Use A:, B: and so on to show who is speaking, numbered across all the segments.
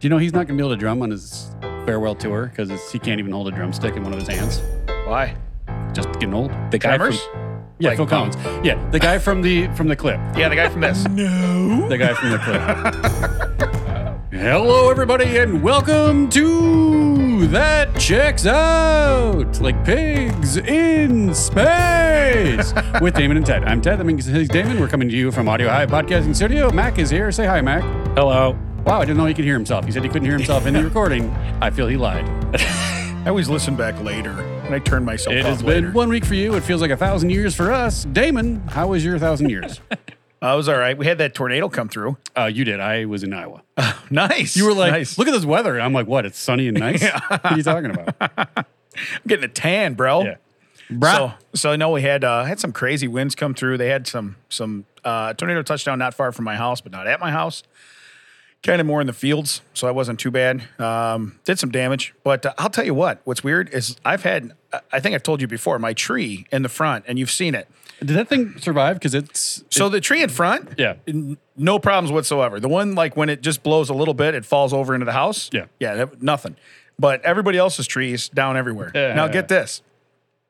A: Do you know he's not going to be able to drum on his farewell tour because he can't even hold a drumstick in one of his hands?
B: Why?
A: Just getting old.
C: The guy
B: Drummers?
A: From, yeah,
B: Like
A: Phil Collins. Yeah, the guy from the from the clip.
B: Yeah, the guy from this.
A: The guy from the clip. Hello, everybody, and welcome to that checks out like pigs in space with Damon and Ted. I'm Ted. That means he's Damon. We're coming to you from Audio High Podcasting Studio. Mac is here. Say hi, Mac.
C: from Hello.
A: Wow, I didn't know he could hear himself. He said he couldn't hear himself in the recording. I feel he lied.
B: I always listen back later, and I turn myself
A: It
B: off
A: has
B: later.
A: been one week for you. It feels like a thousand years for us. Damon, how was your thousand years?
B: I was all right. We had that tornado come through.
A: uh, you did. I was in Iowa.
B: Nice.
A: You were like,
B: nice.
A: look at this weather. I'm like, what? It's sunny and nice. What are you talking about?
B: I'm getting a tan, bro.
A: Yeah.
B: So, so I know we had uh, had some crazy winds come through. They had some some uh, tornado touchdown not far from my house, but not at my house. Kind of more in the fields, so I wasn't too bad. Um, did some damage, but uh, I'll tell you what. What's weird is I've had. I- I think I've told you before my tree in the front, and you've seen it.
A: Did that thing survive? Because it's
B: So the tree in front,
A: Yeah.
B: n- no problems whatsoever. The one like when it just blows a little bit, it falls over into the house.
A: Yeah.
B: yeah, that, nothing. But everybody else's tree is down everywhere.
A: Yeah.
B: Now get this: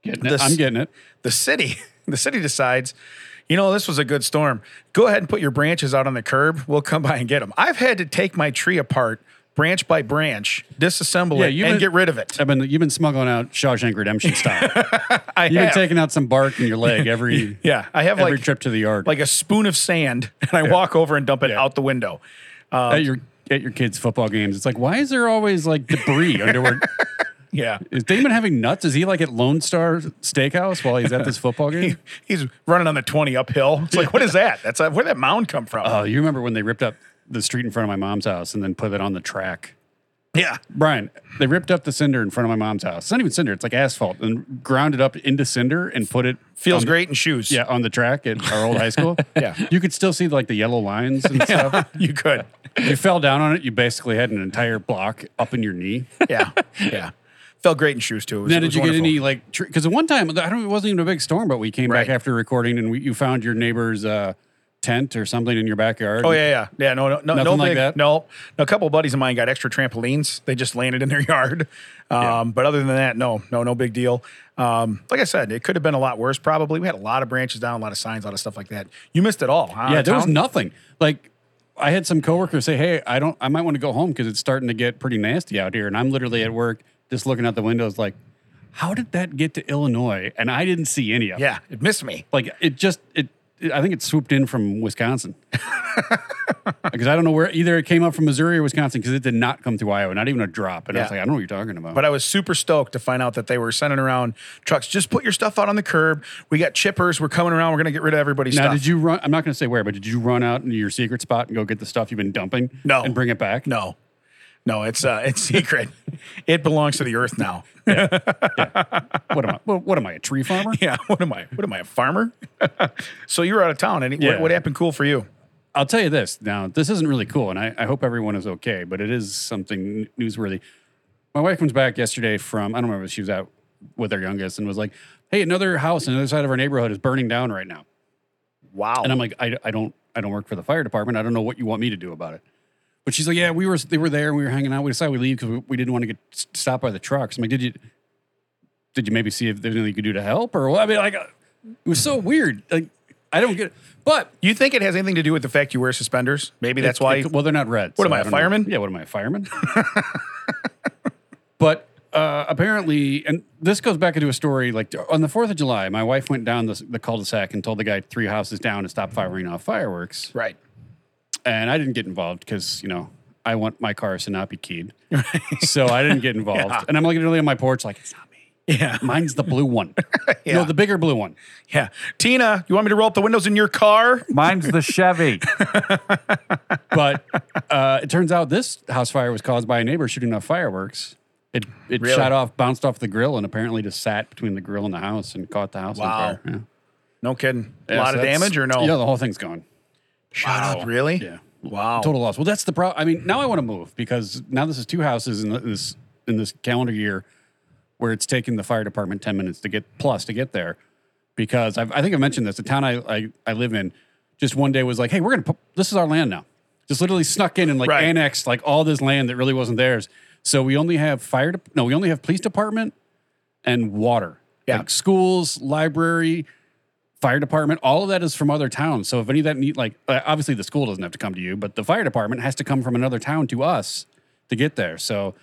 A: getting it.
B: this-
A: I'm getting it.
B: the city, the city decides, you know, this was a good storm. Go ahead and put your branches out on the curb. We'll come by and get them. I've had to take my tree apart, branch by branch, disassemble
A: Yeah,
B: it,
A: you've
B: and
A: been-
B: get rid of it.
A: I've been you've been smuggling out Shawshank Redemption style.
B: I
A: You've been
B: have.
A: taking out some bark in your leg every
B: yeah, I have
A: every
B: like
A: trip to the yard
B: like a spoon of sand, and I walk over and dump it out the window. um,
A: at your at your kids' football games. It's like why is there always like debris under where
B: Yeah.
A: is Damon having nuts? Is he like at Lone Star Steakhouse while he's at this football game?
B: He's running on the 20 uphill. It's like, what is that? That's a, where did that mound come from?
A: Oh, you remember when they ripped up the street in front of my mom's house and then put it on the track?
B: yeah.
A: Brian, they ripped up the cinder in front of my mom's house. It's not even cinder; it's like asphalt, and ground it up into cinder and put it
B: Feels
A: on-
B: great in shoes.
A: Um, Yeah, on the track at our old high school.
B: Yeah.
A: you could still see like the yellow lines and stuff.
B: You could.
A: If you fell down on it, you basically had an entire block up in your knee.
B: Yeah. Yeah. Felt great in shoes too. It was-
A: Now,
B: it
A: did
B: was
A: you
B: wonderful.
A: get any like? Because the one time, I don't. It wasn't even a big storm, but we came back
B: Right.
A: after recording, and we, you found your neighbor's uh, tent or something in your backyard.
B: Oh yeah, yeah, yeah. No, no, no, no
A: Nothing like
B: big-
A: that?
B: No, no. A couple of buddies of mine got extra trampolines. They just landed in their yard. Um, But other than that, no, no, no big deal. Um, like I said, it could have been a lot worse. Probably we had a lot of branches down, a lot of signs, a lot of stuff like that. You missed it all. huh?
A: yeah. There was
B: Town?
A: nothing. Like, I had some coworkers say, "Hey, I don't. I might want to go home because it's starting to get pretty nasty out here." And I'm literally at work, just looking out the windows, like, "How did that get to Illinois?" And I didn't see any of it.
B: Yeah, it missed me.
A: like it just it, it- i think it swooped in from wisconsin because i don't know where either it came up from missouri or wisconsin because it did not come through iowa not even a drop and i was
B: Yeah.
A: like i don't know what you're talking about
B: But I was super stoked to find out that they were sending around trucks. Just put your stuff out on the curb. We got chippers. We're coming around. We're gonna get rid of everybody's
A: now
B: stuff.
A: did you run i'm not going to say where but did you run out into your secret spot and go get the stuff you've been dumping
B: No.
A: and bring it back
B: no, no, it's uh, it's secret. it belongs to the earth now.
A: what am i well, what am i a tree farmer
B: Yeah, what am I? What am I, a farmer? so you were out of town, and
A: Yeah.
B: what, what happened? Cool for you.
A: I'll tell you this. Now, this isn't really cool, and I, I hope everyone is okay, but it is something newsworthy. My wife comes back yesterday from, I don't remember if she was out with our youngest and was like, hey, another house on the other side of our neighborhood is burning down right now.
B: Wow.
A: And I'm like, I, I don't I don't work for the fire department. I don't know what you want me to do about it. But she's like, yeah, we were they were there and we were hanging out. We decided we leave because we, we didn't want to get s- stopped by the trucks. I'm like, did you did you maybe see if there's anything you could do to help or what? I mean, like, uh, it was so weird. Like, I don't get. it. But
B: you think it has anything to do with the fact you wear suspenders? Maybe that's why.
A: well, they're not red. What
B: am I,
A: a
B: a fireman?
A: Yeah, what am I, a fireman? but uh, apparently, and this goes back into a story like on the 4th of July, my wife went down the, the cul de sac and told the guy three houses down to stop firing off fireworks.
B: right.
A: And I didn't get involved because, you know, I want my cars to not be keyed. so I didn't get involved. And I'm looking really on my porch like, it's not me.
B: Yeah.
A: Mine's the blue one.
B: Yeah.
A: No, the bigger blue one.
B: Yeah. Tina, you want me to roll up the windows in your car?
D: Mine's the Chevy.
A: But uh, it turns out this house fire was caused by a neighbor shooting off fireworks. It it
B: Really?
A: shot off, bounced off the grill, and apparently just sat between the grill and the house and caught the house on
B: Wow.
A: fire. Yeah.
B: No kidding.
A: Yeah,
B: a lot
A: so
B: of
A: that's-
B: damage or no?
A: Yeah, the whole thing's gone.
B: Shut up. Really?
A: Yeah.
B: Wow.
A: Total loss. Well, that's the problem. I mean, now I want to move because now this is two houses in this in this calendar year where it's taken the fire department ten minutes to get plus to get there because I've, I think I mentioned this. The town I, I I live in just one day was like, hey, we're gonna pu- this is our land now. Just literally snuck in and like
B: Right.
A: annexed like all this land that really wasn't theirs. So we only have fire. De- no, we only have police department and water.
B: Yeah.
A: Like schools, library, fire department. All of that is from other towns. So if any of that need like uh, obviously the school doesn't have to come to you, but the fire department has to come from another town to us to get there. So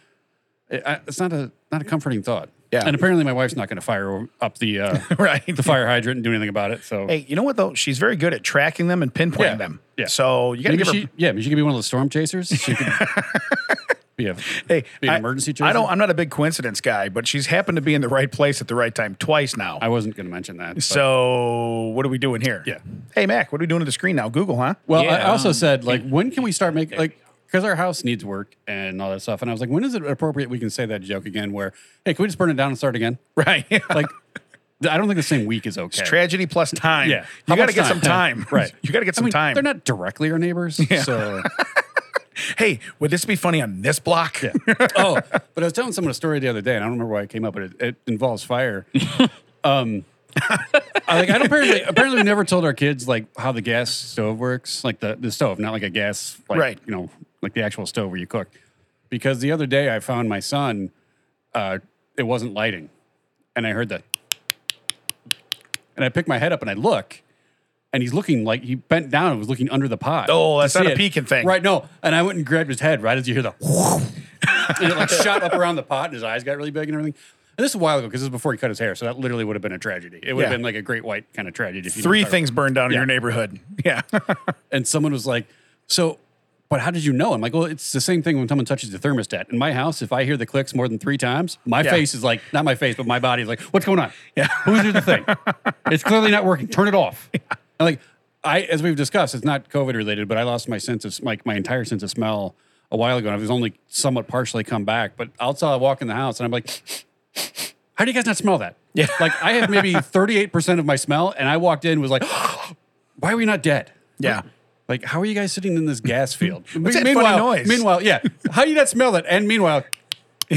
A: it, I- it's not a not a comforting thought.
B: Yeah.
A: And apparently my wife's not going to fire up the uh,
B: right?
A: the fire hydrant and do anything about it. So
B: Hey, you know what though? She's very good at tracking them and pinpointing
A: Yeah,
B: them.
A: yeah.
B: So you got to
A: maybe
B: give her.
A: she, yeah, maybe she could be one of those storm chasers. She could be a
B: hey,
A: be an
B: I-
A: emergency chaser.
B: I don't. I'm not a big coincidence guy, but she's happened to be in the right place at the right time twice now.
A: I wasn't going to mention that. but-
B: so what are we doing here?
A: Yeah.
B: Hey Mac, what are we doing to the screen now? Google, huh?
A: Well, I
C: Yeah.
A: also said like, when can we start making like, because our house needs work and all that stuff. And I was like, when is it appropriate we can say that joke again? Where hey, can we just burn it down and start again?
B: Right.
A: Like, I don't think the same week is okay.
B: Tragedy plus time.
A: Yeah. How
B: You got to
A: much
B: get
A: time?
B: some time.
A: Right.
B: You got to get
A: I
B: some
A: mean,
B: time.
A: they're not directly our neighbors, so
B: hey, would this be funny on this block? Yeah.
A: oh, but I was telling someone a story the other day, and I don't remember why it came up, but it, it involves fire. um, I, like I don't apparently apparently we never told our kids like how the gas stove works, like the the stove, not like a gas, like,
B: Right.
A: You know, like the actual stove where you cook. Because the other day I found my son, uh, it wasn't lighting, and I heard that, and I picked my head up and I look. And he's looking like he bent down and was looking under the pot.
B: Oh,
A: to
B: that's not
A: see
B: a peeking thing.
A: Right, no. And I went and grabbed his head right as you hear the and it like shot up around the pot and his eyes got really big and everything. And this is a while ago because this is before he cut his hair. So that literally would have been a tragedy. It would have
B: Yeah.
A: been like a great white kind of tragedy. If you
B: Three
A: didn't start-
B: things burned down in
A: Yeah.
B: your neighborhood. Yeah.
A: And someone was like, So, but how did you know? I'm like, Well, it's the same thing when someone touches the thermostat. In my house, if I hear the clicks more than three times, my
B: Yeah.
A: face is like, not my face, but my body is like, What's going on? Yeah. Who's doing the thing? it's clearly not working. Turn it off. And like, I, as we've discussed, it's not COVID related, but I lost my sense of, like, my entire sense of smell a while ago. And I've only somewhat partially come back. But outside, I walk in the house and I'm like, how do you guys not smell that? Yeah. Like I have maybe 38% of my smell, and I walked in and was like, why are we not dead?
B: Yeah.
A: Like, how are you guys sitting in this gas field? What's
B: that funny
A: meanwhile,
B: noise?
A: meanwhile, yeah. How do you not smell that? And meanwhile,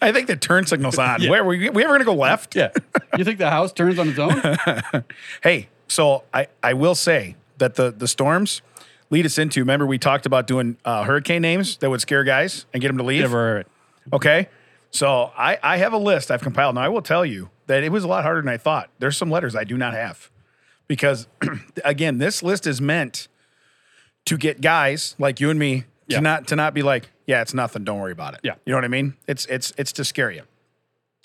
B: I think the turn signal's on. Where were we, we ever going to go left?
A: yeah. You think the house turns on its own?
B: Hey, so I, I will say that the the storms lead us into. Remember, we talked about doing uh, hurricane names that would scare guys and get them to leave.
A: Never.
B: Okay, so I I have a list I've compiled. Now I will tell you that it was a lot harder than I thought. There's some letters I do not have because, again, this list is meant to get guys like you and me
A: Yeah.
B: to not to not be like, yeah, it's nothing. Don't worry about it.
A: Yeah.
B: you know what I mean. It's it's it's to scare you.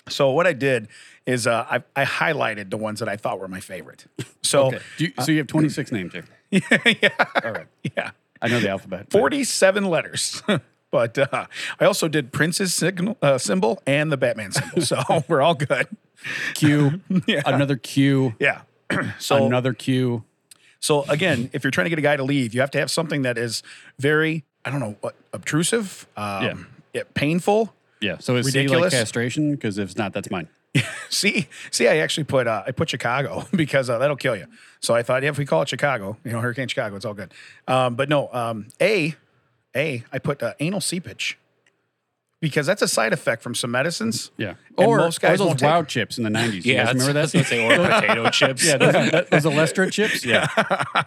B: So what I did is uh, I, I highlighted the ones that I thought were my favorite. So
A: Okay. Do you, so you have 26 names here. yeah. All right.
B: yeah,
A: I know the alphabet.
B: 47 letters. but uh, I also did Prince's signal, uh, symbol and the Batman symbol. So we're all good.
A: Q. Another Q.
B: Yeah. so
A: Another Q.
B: so again, if you're trying to get a guy to leave, you have to have something that is very I don't know what obtrusive, um,
A: Yeah.
B: yeah, painful.
A: Yeah. So is
B: Ridiculous.
A: C like castration? Because if it's not, that's mine.
B: See, see, I actually put uh, I put Chicago because uh, that'll kill you. So I thought yeah, if we call it Chicago, you know, Hurricane Chicago, it's all good. Um, but no, um, a a I put uh, anal seepage because that's a side effect from some medicines.
A: Yeah.
B: And
A: Or,
B: most guys
A: or those
B: won't take
A: wow
B: it.
A: chips in the 90s. You
C: Yeah,
A: guys remember that?
C: that's what they or potato chips.
A: Yeah, those, that- those Alestra chips. Yeah,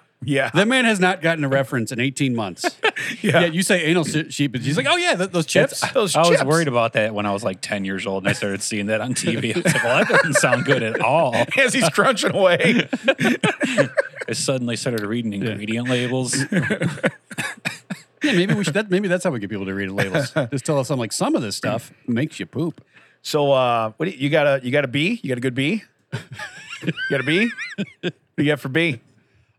B: Yeah,
A: that man has not gotten a reference in 18 months. yeah. you say anal se- sheep, and he's like, oh yeah, th- those chips.
B: those
C: I was
B: chips.
C: worried about that when I was like 10 years old and I started seeing that on TV. I was like, well, that doesn't sound good at all.
B: as he's crunching away.
C: I suddenly started reading ingredient labels.
A: yeah, maybe we should. That, maybe that's how we get people to read labels. Just tell us, I'm like, some of this stuff makes you poop.
B: So uh, what do you, you got a you got a B? You got a good B? you got a B? What do you got for B?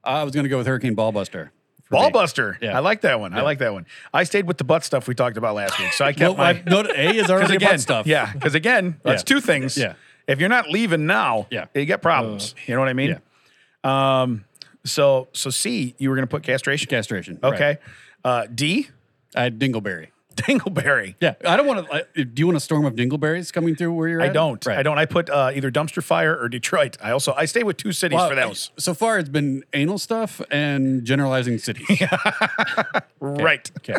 A: I was gonna go with Hurricane Ballbuster. for me.
B: Ballbuster.
A: Yeah.
B: I like that one. I like that one. I stayed with the butt stuff we talked about last week, so I
A: No,
B: kept
A: I,
B: my
A: no, A is already
B: again
A: butt stuff.
B: Yeah, because again, that's two things.
A: Yeah.
B: If you're not leaving now,
A: Yeah. Uh,
B: you get problems. you know what I mean?
A: yeah.
B: Um. So so C, you were gonna put castration.
A: castration. right.
B: Okay. Uh, D,
A: I had Dingleberry.
B: dingleberry.
A: Yeah, I don't want to. Do you want a storm of dingleberries coming through where you're
B: I
A: at?
B: don't.
A: Right.
B: I don't. I put uh, either dumpster fire or Detroit. I also I stay with two cities
A: Well,
B: for those.
A: Uh, So far, it's been anal stuff and generalizing cities.
B: Right.
A: Okay.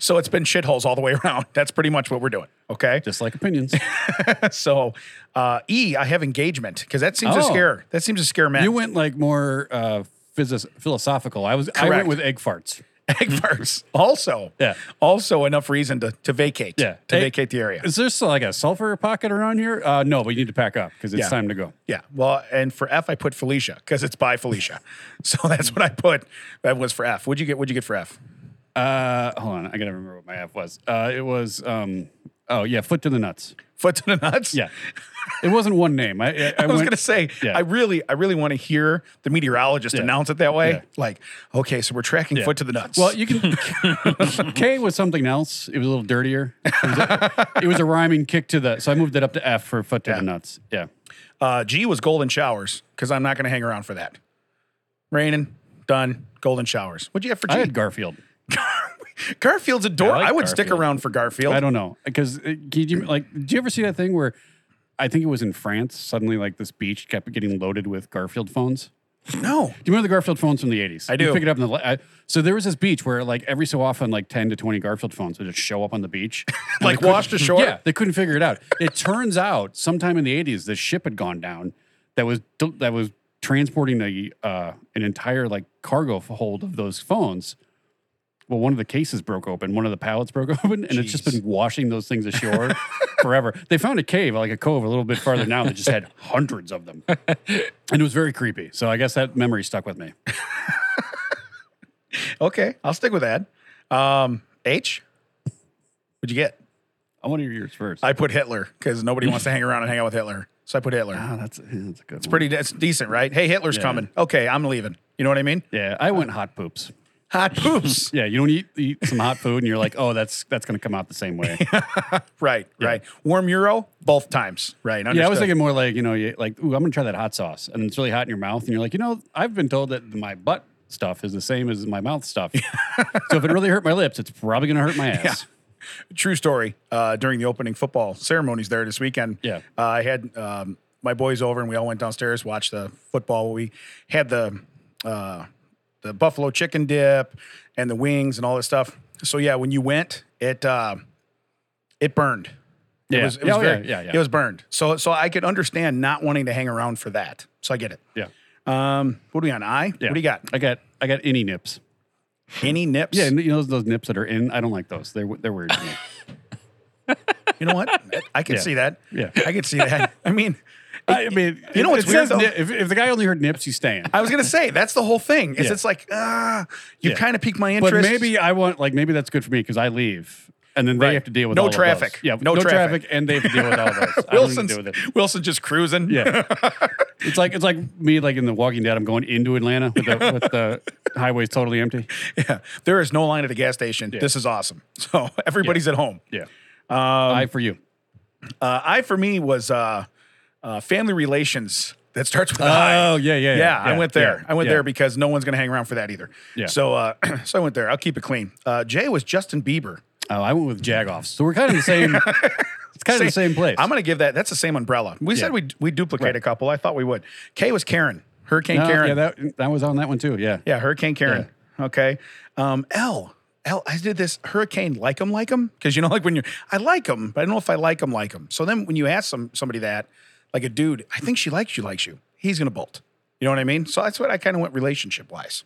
B: So it's been shitholes all the way around. That's pretty much what we're doing. Okay.
A: Just like opinions.
B: So uh, E, I have engagement because that seems to
A: Oh.
B: scare. That seems to scare men.
A: You went like more uh, physis- philosophical. I was I
B: Correct.
A: went with egg farts.
B: Egg farts also.
A: Yeah.
B: Also enough reason to, to vacate.
A: Yeah.
B: To
A: Egg-
B: vacate the area.
A: Is there still like a sulfur pocket around here? Uh, no, but you need to pack up because it's
B: Yeah.
A: time to go.
B: Yeah. Well, and for F I put Felicia because it's by Felicia. So that's what I put. That was for F. What'd you get? What'd you get for F?
A: Uh, hold on, I gotta remember what my app was. Uh, it was um, oh yeah, foot to the nuts.
B: Foot to the nuts?
A: Yeah, it wasn't one name. I, I, I
B: I was
A: went-
B: gonna say,
A: yeah.
B: I really, I really want to hear the meteorologist announce it that way.
A: Yeah.
B: Like, okay, so we're tracking foot to the nuts.
A: Well, you can. K was something else. It was a little dirtier. It was a, it was a rhyming kick to the. So I moved it up to F for foot to
B: Yeah.
A: the nuts. Yeah.
B: uh, G was golden showers because I'm not gonna hang around for that. Raining, done. Golden showers. What'd you have for G?
A: I had Garfield.
B: Garfield's a door.
C: I
B: I,
C: like
B: would stick
C: Garfield.
B: around for Garfield.
A: I don't know because did you like? Did you ever see that thing where? I think it was in France. Suddenly, like this beach kept getting loaded with Garfield phones.
B: know.
A: Do you remember the Garfield phones from the eighties?
B: do.
A: You pick it up in the. la- I, so there was this beach where, like, every so often, like ten to twenty Garfield phones would just show up on the beach, and they
B: Like
A: couldn't-
B: washed ashore?
A: Yeah, they couldn't figure it out. It turns out, sometime in the eighties, this ship had gone down that was that was transporting the uh, an entire like cargo hold of those phones. Well, one of the cases broke open, one of the pallets broke open, and it's just
B: Jeez.
A: been washing those things ashore forever. They found a cave, like a cove, a little bit farther down that just had hundreds of them, and it was very creepy. So I guess that memory stuck with me.
B: Okay, I'll stick with that. Um, H. What'd you get?
A: I want to hear yours first.
B: I put Hitler because nobody wants to hang around and hang out with Hitler. So I put Hitler.
A: Ah, that's, yeah, that's a good. It's
B: Pretty, oh, that's decent, right? Hey, Hitler's coming. Okay, I'm leaving. You know what I mean?
A: Yeah, I went hot poops.
B: Hot poops.
A: Yeah, you don't eat, eat some hot food, and you're like, oh, that's that's gonna come out the same way.
B: right, right. Warm euro both times. Right.
A: yeah, I was
B: understood.
A: thinking more like you know, you, like, ooh, I'm gonna try that hot sauce, and it's really hot in your mouth, and you're like, you know, I've been told that my butt stuff is the same as my mouth stuff. so if it really hurt my lips, it's probably gonna hurt my ass.
B: True story. Uh, during the opening football ceremonies there this weekend,
A: Yeah.
B: uh, I had um, my boys over and we all went downstairs watched the football. We had the uh, the buffalo chicken dip and the wings and all that stuff. So yeah, when you went, it uh, it burned.
A: Yeah,
B: It was, it
A: yeah,
B: was
A: oh,
B: very,
A: yeah, yeah, yeah.
B: It was burned. So so I could understand not wanting to hang around for that. So I get it.
A: yeah.
B: Um, what are we on? I.
A: Yeah.
B: What do you got?
A: I got I got any nips.
B: Any nips?
A: Yeah, and you know those, those nips that are in. I don't like those. They're they're weird. To me.
B: You know what? I can see that.
A: Yeah.
B: I can see that. I mean. oh.
A: I mean,
B: You know
A: it-
B: what's
A: it
B: weird,
A: says
B: though?
A: nip- if, if the guy only heard nips, he's staying.
B: I was gonna say that's the whole thing. Is
A: Yeah.
B: it's like ah, you
A: Yeah.
B: kind of piqued my
A: But
B: interest.
A: maybe I want like maybe that's good for me because I leave and then they
B: Right.
A: have to deal with
B: No
A: all of those.
B: traffic.
A: Yeah,
B: No
A: no, traffic.
B: traffic.
A: and they have to deal with all of those. I don't even
B: Wilson's
A: deal with it.
B: Wilson just cruising.
A: Yeah, it's like it's like me like in The Walking Dead. I'm going into Atlanta with the, with the highways totally empty.
B: Yeah. There is no line at a gas station. This is awesome. So everybody's at home.
A: Yeah,
B: Um,
A: I for you.
B: Uh, I for me was uh, uh, family relations that starts with I.
A: Oh yeah, yeah, yeah.
B: Yeah, I went there.
A: yeah,
B: I went
A: yeah.
B: there because no one's gonna hang around for that either.
A: Yeah.
B: So uh, so I went there. I'll keep it clean. Uh, Jay was Justin Bieber.
A: Oh, I went with Jagoffs. So we're kind of the same. it's kind of the same place.
B: I'm gonna give that. That's the same umbrella. We said we we duplicate a couple. I thought we would. K was Karen. Hurricane
A: No,
B: Karen.
A: Oh, Yeah, that that was on that one too. Yeah.
B: Yeah, Hurricane Karen. Okay. Um, L. L. I did this Hurricane like 'em like 'em because you know like when you're I like 'em, but I don't know if I like 'em like 'em. So then when you ask some somebody that like a dude, I think she likes you likes you. He's gonna bolt. You know what I mean? So that's what I kind of went relationship wise.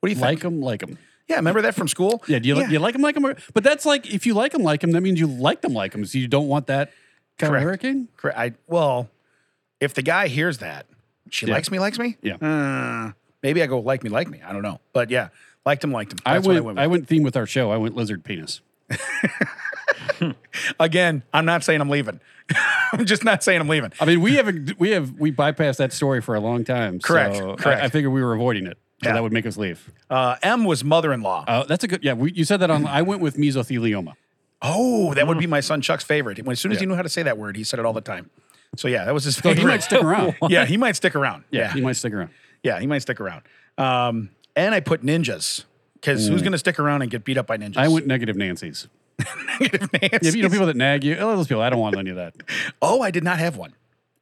B: What do you think?
A: Like them, like them.
B: Yeah, remember that from school?
A: Yeah, do you, Like, you like them, like them? Or, but that's like if you like them, like them, that means you like them, like them. So you don't want that kind
B: Correct.
A: of hurricane.
B: Correct. I well, if the guy hears that, she likes me, likes me.
A: Yeah.
B: Uh, maybe I go like me, like me. I don't know, but yeah, liked him, liked him.
A: I
B: That's
A: went, I
B: what
A: went.
B: I went
A: theme with our show. I went lizard penis.
B: with. Again, I'm not saying I'm leaving. I'm just not saying I'm leaving.
A: I mean, we have we have we bypassed that story for a long time.
B: Correct,
A: So
B: correct.
A: I, I figured we were avoiding it. So
B: Yeah.
A: that would make us leave.
B: Uh, M was mother-in-law.
A: Uh, that's a good. Yeah, we, you said that on. I went with mesothelioma.
B: oh, that
A: mm.
B: would be my son Chuck's favorite. When, as soon as he knew how to say that word, he said it all the time. So yeah, that was his
A: So he might
B: favorite.
A: stick around.
B: yeah, he might stick around. Yeah,
A: he might stick around.
B: yeah, he might stick around. Um, and I put ninjas because who's going to stick around and get beat up by ninjas?
A: I went negative Nancy's.
B: negative
A: Yeah,
B: Nancy.
A: you know people that nag you. Oh, those people. I don't want any of that.
B: Oh, I did not have one.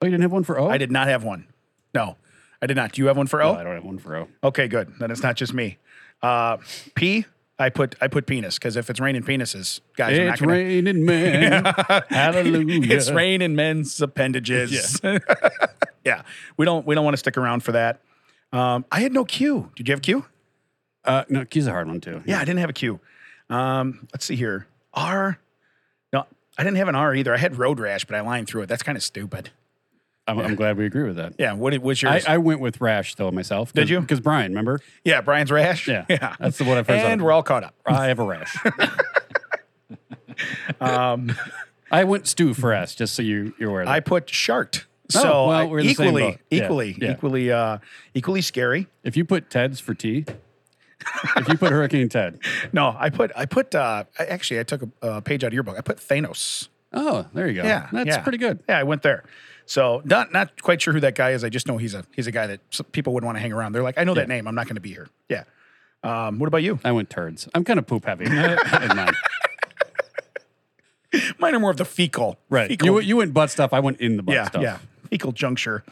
A: Oh, you didn't have one for O.
B: I did not have one. No, I did not. Do you have one for O?
A: I don't have one for O.
B: Okay, good. Then it's not just me. Uh, P. I put I put penis because if it's raining penises, guys, are not
A: It's
B: gonna,
A: raining men. Hallelujah.
B: it's rain in men's appendages. Yeah. we don't we don't want to stick around for that. Um, I had no cue. Did you have a cue?
A: Uh, no, Q's a hard one too.
B: Yeah, I didn't have a Q. Um, let's see here. R. No, I didn't have an R either. I had road rash, but I lined through it. That's kind of stupid.
A: I'm, I'm glad we agree with that.
B: Yeah. What was
A: I,
B: yours?
A: I went with rash though myself.
B: Did you?
A: Because Brian, remember?
B: yeah, Brian's rash.
A: Yeah,
B: Yeah.
A: that's what I've heard.
B: and we're all caught up.
A: I have a rash. I went stew for S, just so you you're aware. Of that.
B: Um, I put shart.
A: Oh,
B: So
A: well,
B: I-
A: we're in the same
B: equally,
A: boat. Yeah,
B: equally,
A: yeah.
B: equally, uh, equally scary.
A: if you put Ted's for T, if you put Hurricane Ted,
B: No, I put, I put. Uh, I, actually, I took a, a page out of your book. I put Thanos.
A: oh, there you go.
B: Yeah,
A: that's
B: yeah.
A: pretty good.
B: Yeah, I went there. So not not quite sure who that guy is. I just know he's a he's a guy that some people would want to hang around. They're like, I know that name. I'm not going to be here. Yeah. Um, what about you?
A: I went turds. I'm kind of poop heavy. in mine.
B: Mine are more of the fecal.
A: Right.
B: Fecal,
A: You, you went butt stuff. I went in the butt
B: yeah,
A: stuff.
B: yeah. Fecal juncture.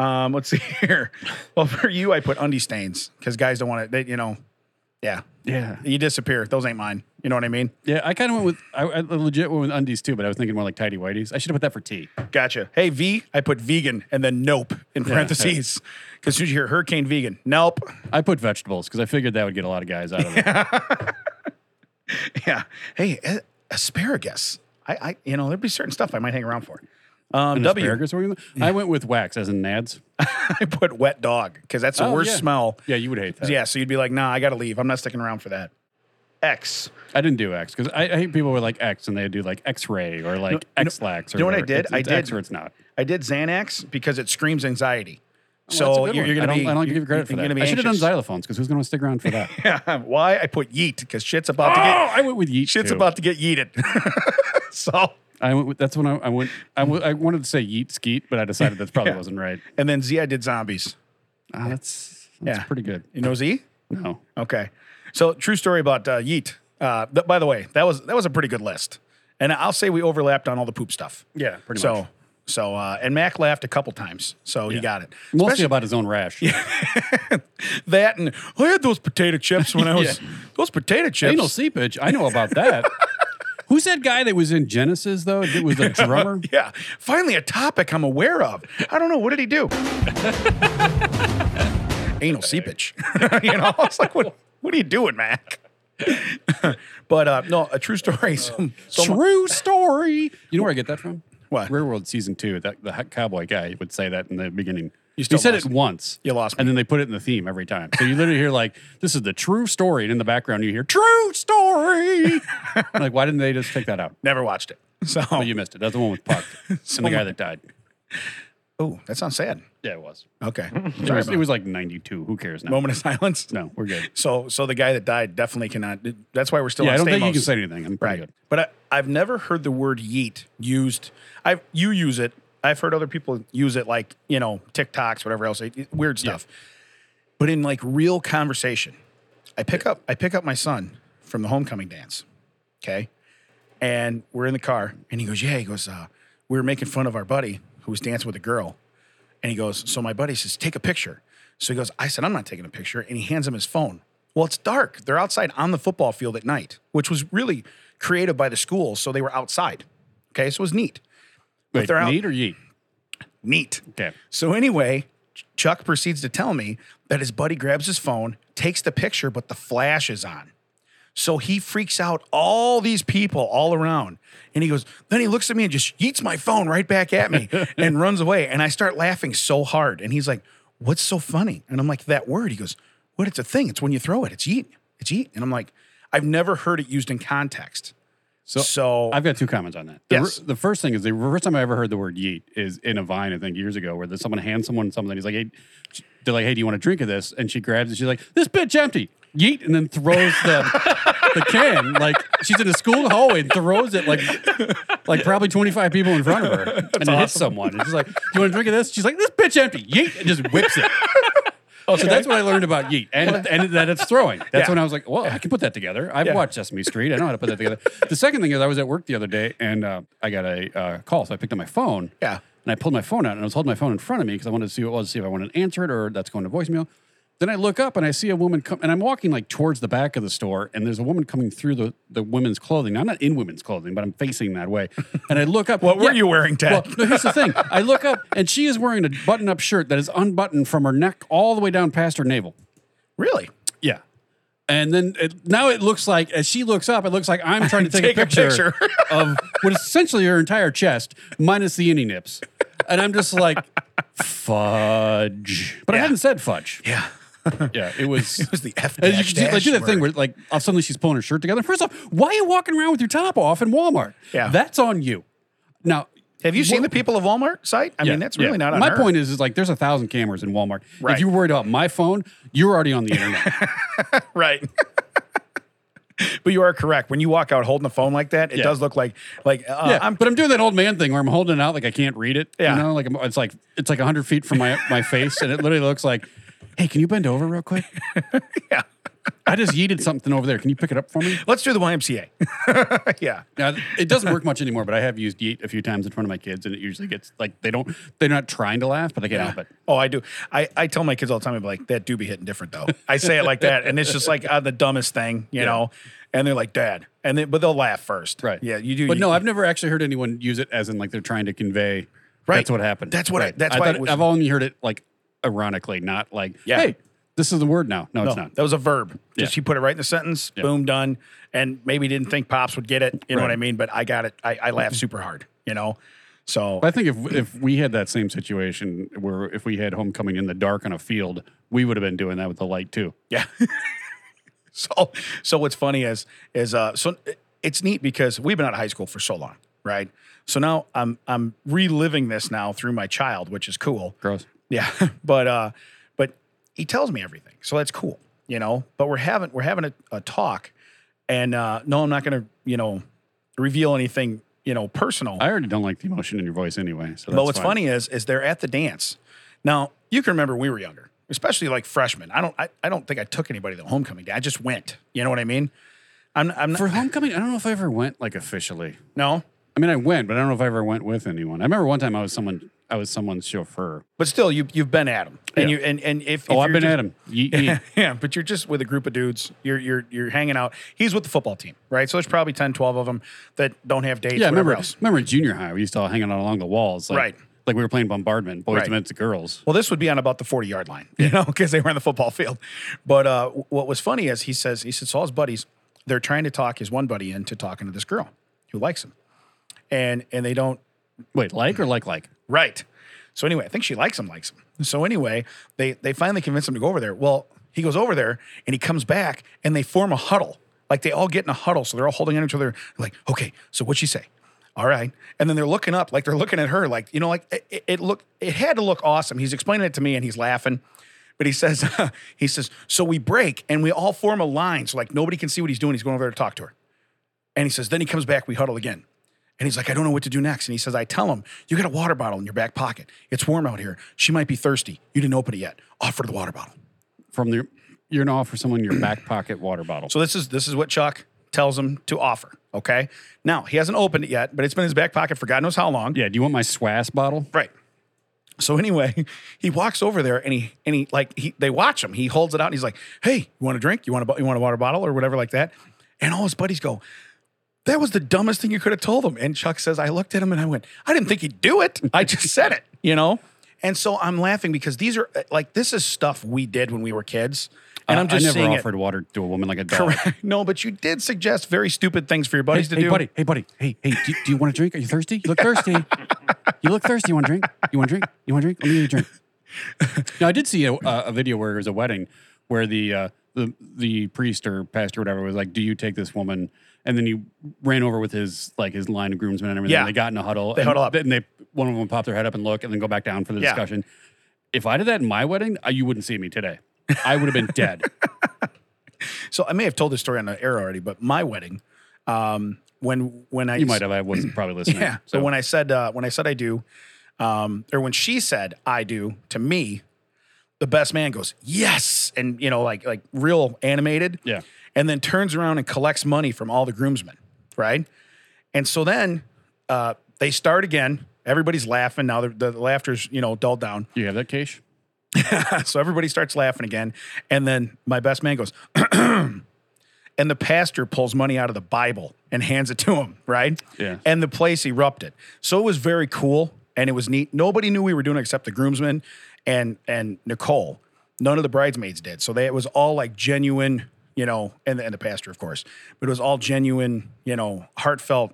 B: Um, let's see here. Well, for you, I put undie stains because guys don't want to. They, you know, yeah,
A: Yeah.
B: you disappear. Those ain't mine. You know what I mean?
A: Yeah. I kind of went with, I, I legit went with undies too, but I was thinking more like tidy whities. I should have put that for T.
B: Gotcha. Hey, V, I put vegan and then nope in parentheses because you hear hurricane vegan. Nope.
A: I put vegetables because I figured that would get a lot of guys out of it.
B: Yeah. Hey, a- asparagus. I, I, you know, there'd be certain stuff I might hang around for. Um, w,
A: Asparagus, what were you- I went with wax as in nads.
B: I put wet dog because that's the
A: Oh,
B: worst
A: yeah.
B: smell.
A: Yeah, you would hate that.
B: Yeah. So you'd be like, nah, I got to leave. I'm not sticking around for that. X.
A: I didn't do X because I, I hate people who are like X and they do like X ray or like X lax.
B: you know what I did?
A: It's,
B: I
A: it's X
B: did-
A: or it's not.
B: I did Xanax because it screams anxiety.
A: Oh, That's a
B: so
A: good
B: you're,
A: one.
B: you're
A: I
B: gonna
A: don't,
B: be.
A: I don't give you
B: you're-
A: credit for that.
B: you're gonna be
A: I should have done
B: anxious. Oh,
A: xylophones because who's going to stick around for that?
B: Why I put yeet because shit's about to
A: oh,
B: get
A: I went with yeet.
B: shit's
A: too.
B: about to get yeeted. so
A: I went with, that's when I, I went. I wa- I wanted to say yeet skeet, but I decided that probably wasn't right.
B: and then Z I did zombies.
A: Ah, that's that's
B: Yeah.
A: pretty good.
B: You know Z?
A: No,
B: Okay. So true story about uh, yeet. Uh, th- by the way, that was that was a pretty good list, and I'll say we overlapped on all the poop stuff.
A: Yeah, pretty
B: so,
A: much.
B: So uh, and Mac laughed a couple times, so he got it.
A: mostly about his own rash.
B: That and I had those potato chips when I was those potato chips.
A: Anal seepage. I know about that. Who's that guy that was in Genesis though? That was a drummer.
B: Yeah, finally a topic I'm aware of. I don't know what did he do. Anal seepage. you know, I was like, what? What are you doing, Mac? but uh, no, a true story. So, so my-
A: True story. You know where I get that from?
B: What?
A: Real World season two. That the hot cowboy guy would say that in the beginning.
B: You still
A: he said
B: lost
A: it
B: me.
A: once.
B: You lost
A: And
B: me.
A: then they put it in the theme every time. So you literally hear like, "This is the true story," and in the background you hear "True story." I'm like, why didn't they just take that out?
B: never watched it. So
A: Oh, you missed it. That's the one with Puck and the guy that died.
B: Oh, that sounds sad.
A: Yeah, it was.
B: Okay.
A: It was, it was like 92. Who cares now?
B: Moment of silence.
A: No, we're good.
B: So, so the guy that died definitely cannot. That's why we're still.
A: Yeah,
B: on
A: I don't think you
B: Stamos.
A: can say anything. I'm pretty
B: Right,
A: good.
B: but I, I've never heard the word yeet used. I've you use it. I've heard other people use it, like you know TikToks, whatever else, it- it- weird stuff. But in like real conversation, I pick up I pick up my son from the homecoming dance. Okay, and we're in the car, and he goes, "Yeah," he goes, uh, "We were making fun of our buddy who was dancing with a girl." And he goes, So my buddy says, Take a picture. So he goes, I said, I'm not taking a picture. And he hands him his phone. Well, it's dark. They're outside on the football field at night, which was really creative by the school. So they were outside. Okay. So it was neat.
A: Wait,
B: they're out-
A: need or yeet?
B: Neat.
A: Okay.
B: So anyway, Ch- Chuck proceeds to tell me that his buddy grabs his phone, takes the picture, but the flash is on. So he freaks out all these people all around. And he goes, then he looks at me and just yeets my phone right back at me and runs away. And I start laughing so hard. And he's like, What's so funny? And I'm like, That word. He goes, What? It's a thing. It's when you throw it. It's yeet. It's yeet. And I'm like, I've never heard it used in context. So,
A: I've got two comments on that. The,
B: Yes.
A: the first thing is the first time I ever heard the word yeet is in a vine, I think, years ago, where there's someone hands someone something. He's like, hey, they're like, hey, do you want a drink of this? And she grabs it. She's like, this bitch empty. Yeet. And then throws the, the can. Like, she's in a school hallway and throws it like, like probably 25 people in front of her. and it hits someone. And she's like, do you want a drink of this? She's like, this bitch empty. Yeet. And just whips it. Oh, so that's what I learned about yeet, and and that it's throwing. That's
B: Yeah.
A: when I was like, well, I can put that together. I've
B: Yeah.
A: watched Sesame Street. I know how to put that together. the second thing is, I was at work the other day, and uh, I got a uh, call, so I picked up my phone.
B: Yeah.
A: And I pulled my phone out, and I was holding my phone in front of me because I wanted to see what it was, see if I wanted to answer it or that's going to voicemail. Then I look up and I see a woman come, and I'm walking like towards the back of the store, and there's a woman coming through the, the women's clothing. Now, I'm not in women's clothing, but I'm facing that way. And I look up.
B: What were
A: Yeah.
B: you wearing, Ted?
A: Well, no, here's the thing. I look up, and she is wearing a button up shirt that is unbuttoned from her neck all the way down past her navel.
B: really?
A: Yeah. And then it, now it looks like, as she looks up, it looks like I'm trying to take,
B: Take
A: a
B: a
A: picture,
B: picture.
A: of what is essentially her entire chest, minus the innie nips. And I'm just like, fudge. But I
B: Yeah.
A: hadn't said fudge.
B: Yeah.
A: Yeah, it was.
B: It was the F
A: And you
B: dash
A: can do, like,
B: dash
A: do that thing
B: word.
A: where like uh, suddenly she's pulling her shirt together. First off, why are you walking around with your top off in Walmart?
B: Yeah.
A: that's on you. Now,
B: Have you seen
A: Wha-
B: the People of Walmart site? I
A: yeah,
B: mean, that's really
A: yeah.
B: not on
A: my
B: her.
A: point. Is is like there's a thousand cameras in Walmart. If
B: Right.
A: you're worried about my phone, you're already on the internet. Uh,
B: right? but you are correct. When you walk out holding the phone like that, it
A: Yeah.
B: does look like like uh,
A: yeah,
B: I'm
A: but I'm doing that old man thing where I'm holding it out like I can't read it.
B: Yeah.
A: you know, like I'm- it's like it's like hundred feet from my my face, and it literally looks like, hey, can you bend over real quick?
B: yeah.
A: I just yeeted something over there. Can you pick it up for me?
B: Let's do the YMCA. yeah.
A: Now, it doesn't work much anymore, but I have used yeet a few times in front of my kids, and it usually gets like they don't they're not trying to laugh, but they get out of it.
B: Oh, I do. I, I tell my kids all the time, I'm like, that do be hitting different though. I say it like that, and it's just like uh, the dumbest thing, you know. And they're like, Dad, and then but they'll laugh first,
A: Right.
B: Yeah, you do.
A: But
B: you-
A: no, I've never actually heard anyone use it as in like they're trying to convey
B: Right.
A: that's what happened.
B: That's what I-
A: Right.
B: that's why
A: thought-
B: it was-
A: I've only heard it like ironically, not like
B: Yeah.
A: hey, this is the word now. No,
B: no,
A: it's not.
B: that was a verb. Just
A: Yeah.
B: he put it right in the sentence. Boom, done. And maybe didn't think pops would get it. You know
A: Right.
B: what I mean? But I got it. I, I laughed super hard. You know, so
A: But I think if if we had that same situation where if we had homecoming in the dark on a field, we would have been doing that with the light too.
B: Yeah. so so what's funny is is uh so it's neat because we've been out of high school for so long, right? So now I'm I'm reliving this now through my child, which is cool.
A: Gross.
B: Yeah. But uh but he tells me everything. So that's cool, you know. But we're having we're having a, a talk and uh no, I'm not gonna, you know, reveal anything, you know, personal.
A: I already don't like the emotion in your voice anyway. So that's
B: But what's
A: fine.
B: funny is is they're at the dance. Now you can remember when we were younger, especially like freshmen. I don't I, I don't think I took anybody to the homecoming day. I just went. You know what I mean? I'm I'm not,
A: for homecoming, I don't know if I ever went like officially.
B: no,
A: I mean, I went, but I don't know if I ever went with anyone. I remember one time I was someone, I was someone's chauffeur.
B: but still you you've been at them and
A: Yeah.
B: you and and if
A: Oh,
B: if
A: I've
B: you're
A: been
B: just-
A: at him. Yeet, yeet.
B: Yeah, but you're just with a group of dudes. You're you're you're hanging out. He's with the football team, right? So there's probably 10, 12 of them that don't have dates.
A: yeah, I
B: whatever
A: remember.
B: else.
A: Remember in junior high, we used to all hanging out along the walls, like,
B: Right.
A: Like we were playing bombardment, boys
B: Right.
A: meant to girls.
B: Well, this would be on about the 40 yard line, you know, because they were on the football field. But uh, what was funny is he says, he said, so all his buddies, they're trying to talk his one buddy into talking to this girl who likes him. And and they don't,
A: Wait, like or like like?
B: right. So anyway, I think she likes him, likes him. So anyway, they, they finally convince him to go over there. Well, he goes over there and he comes back and they form a huddle. Like they all get in a huddle. So they're all holding on to each other. Like, okay, so what'd she say? All right. And then they're looking up, like they're looking at her, like, you know, like it- it, it looked, it had to look awesome. He's explaining it to me and he's laughing. But he says, he says, so we break and we all form a line. So like nobody can see what he's doing. He's going over there to talk to her. And he says, then he comes back, we huddle again. And he's like, I don't know what to do next. And he says, I tell him, you got a water bottle in your back pocket. It's warm out here. She might be thirsty. You didn't open it yet. Offer the water bottle.
A: From the you're gonna offer someone your back pocket water bottle.
B: So this is this is what Chuck tells him to offer. Okay. Now he hasn't opened it yet, but it's been in his back pocket for God knows how long.
A: yeah, do you want my swass bottle?
B: Right. So anyway, he walks over there and he and he like he they watch him. He holds it out and he's like, "Hey, you want a drink? You want a bo- you want a water bottle or whatever like that?" And all his buddies go, "That was the dumbest thing you could have told him." And Chuck says, "I looked at him and I went, I didn't think he'd do it. I just said it, you know." And so I'm laughing because these are uh, like this is stuff we did when we were kids, and I'm
A: Uh, I-
B: just
A: I never
B: seeing
A: offered water to a woman like a
B: it.
A: dog.
B: Correct. No, but you did suggest very stupid things for your
A: Hey,
B: buddies to
A: hey,
B: do.
A: buddy, hey buddy, hey, hey, do, do you want a drink? Are you thirsty? You look thirsty. You look thirsty. You want a drink? You want a drink? You want a drink? Let me get you a drink. Now, I did see a, uh, a video where it was a wedding where the uh, the the priest or pastor or whatever was like, "Do you take this woman?" And then he ran over with his like his line of groomsmen and everything.
B: Yeah.
A: And they got in a huddle.
B: They
A: and
B: huddle up.
A: Then they one of them popped their head up and look, and then go back down for the
B: Yeah.
A: discussion. If I did that in my wedding, uh, you wouldn't see me today. I would have been dead.
B: So I may have told this story on the air already, but my wedding, um, when when I
A: you might have. I wasn't probably listening.
B: Yeah. So when I said uh, when I said I do, um, or when she said I do to me, the best man goes yes, and you know like like real animated.
A: Yeah.
B: And then turns around and collects money from all the groomsmen, right? And so then uh, they start again. Everybody's laughing now. The, the laughter's you know dulled down.
A: you have that, Cash?
B: so everybody starts laughing again. And then my best man goes, and the pastor pulls money out of the Bible and hands it to him, right?
A: Yeah.
B: And the place erupted. So it was very cool and it was neat. Nobody knew we were doing it except the groomsmen and and Nicole. None of the bridesmaids did. So they, it was all like genuine, you know, and the, and the pastor, of course, but it was all genuine, you know, heartfelt,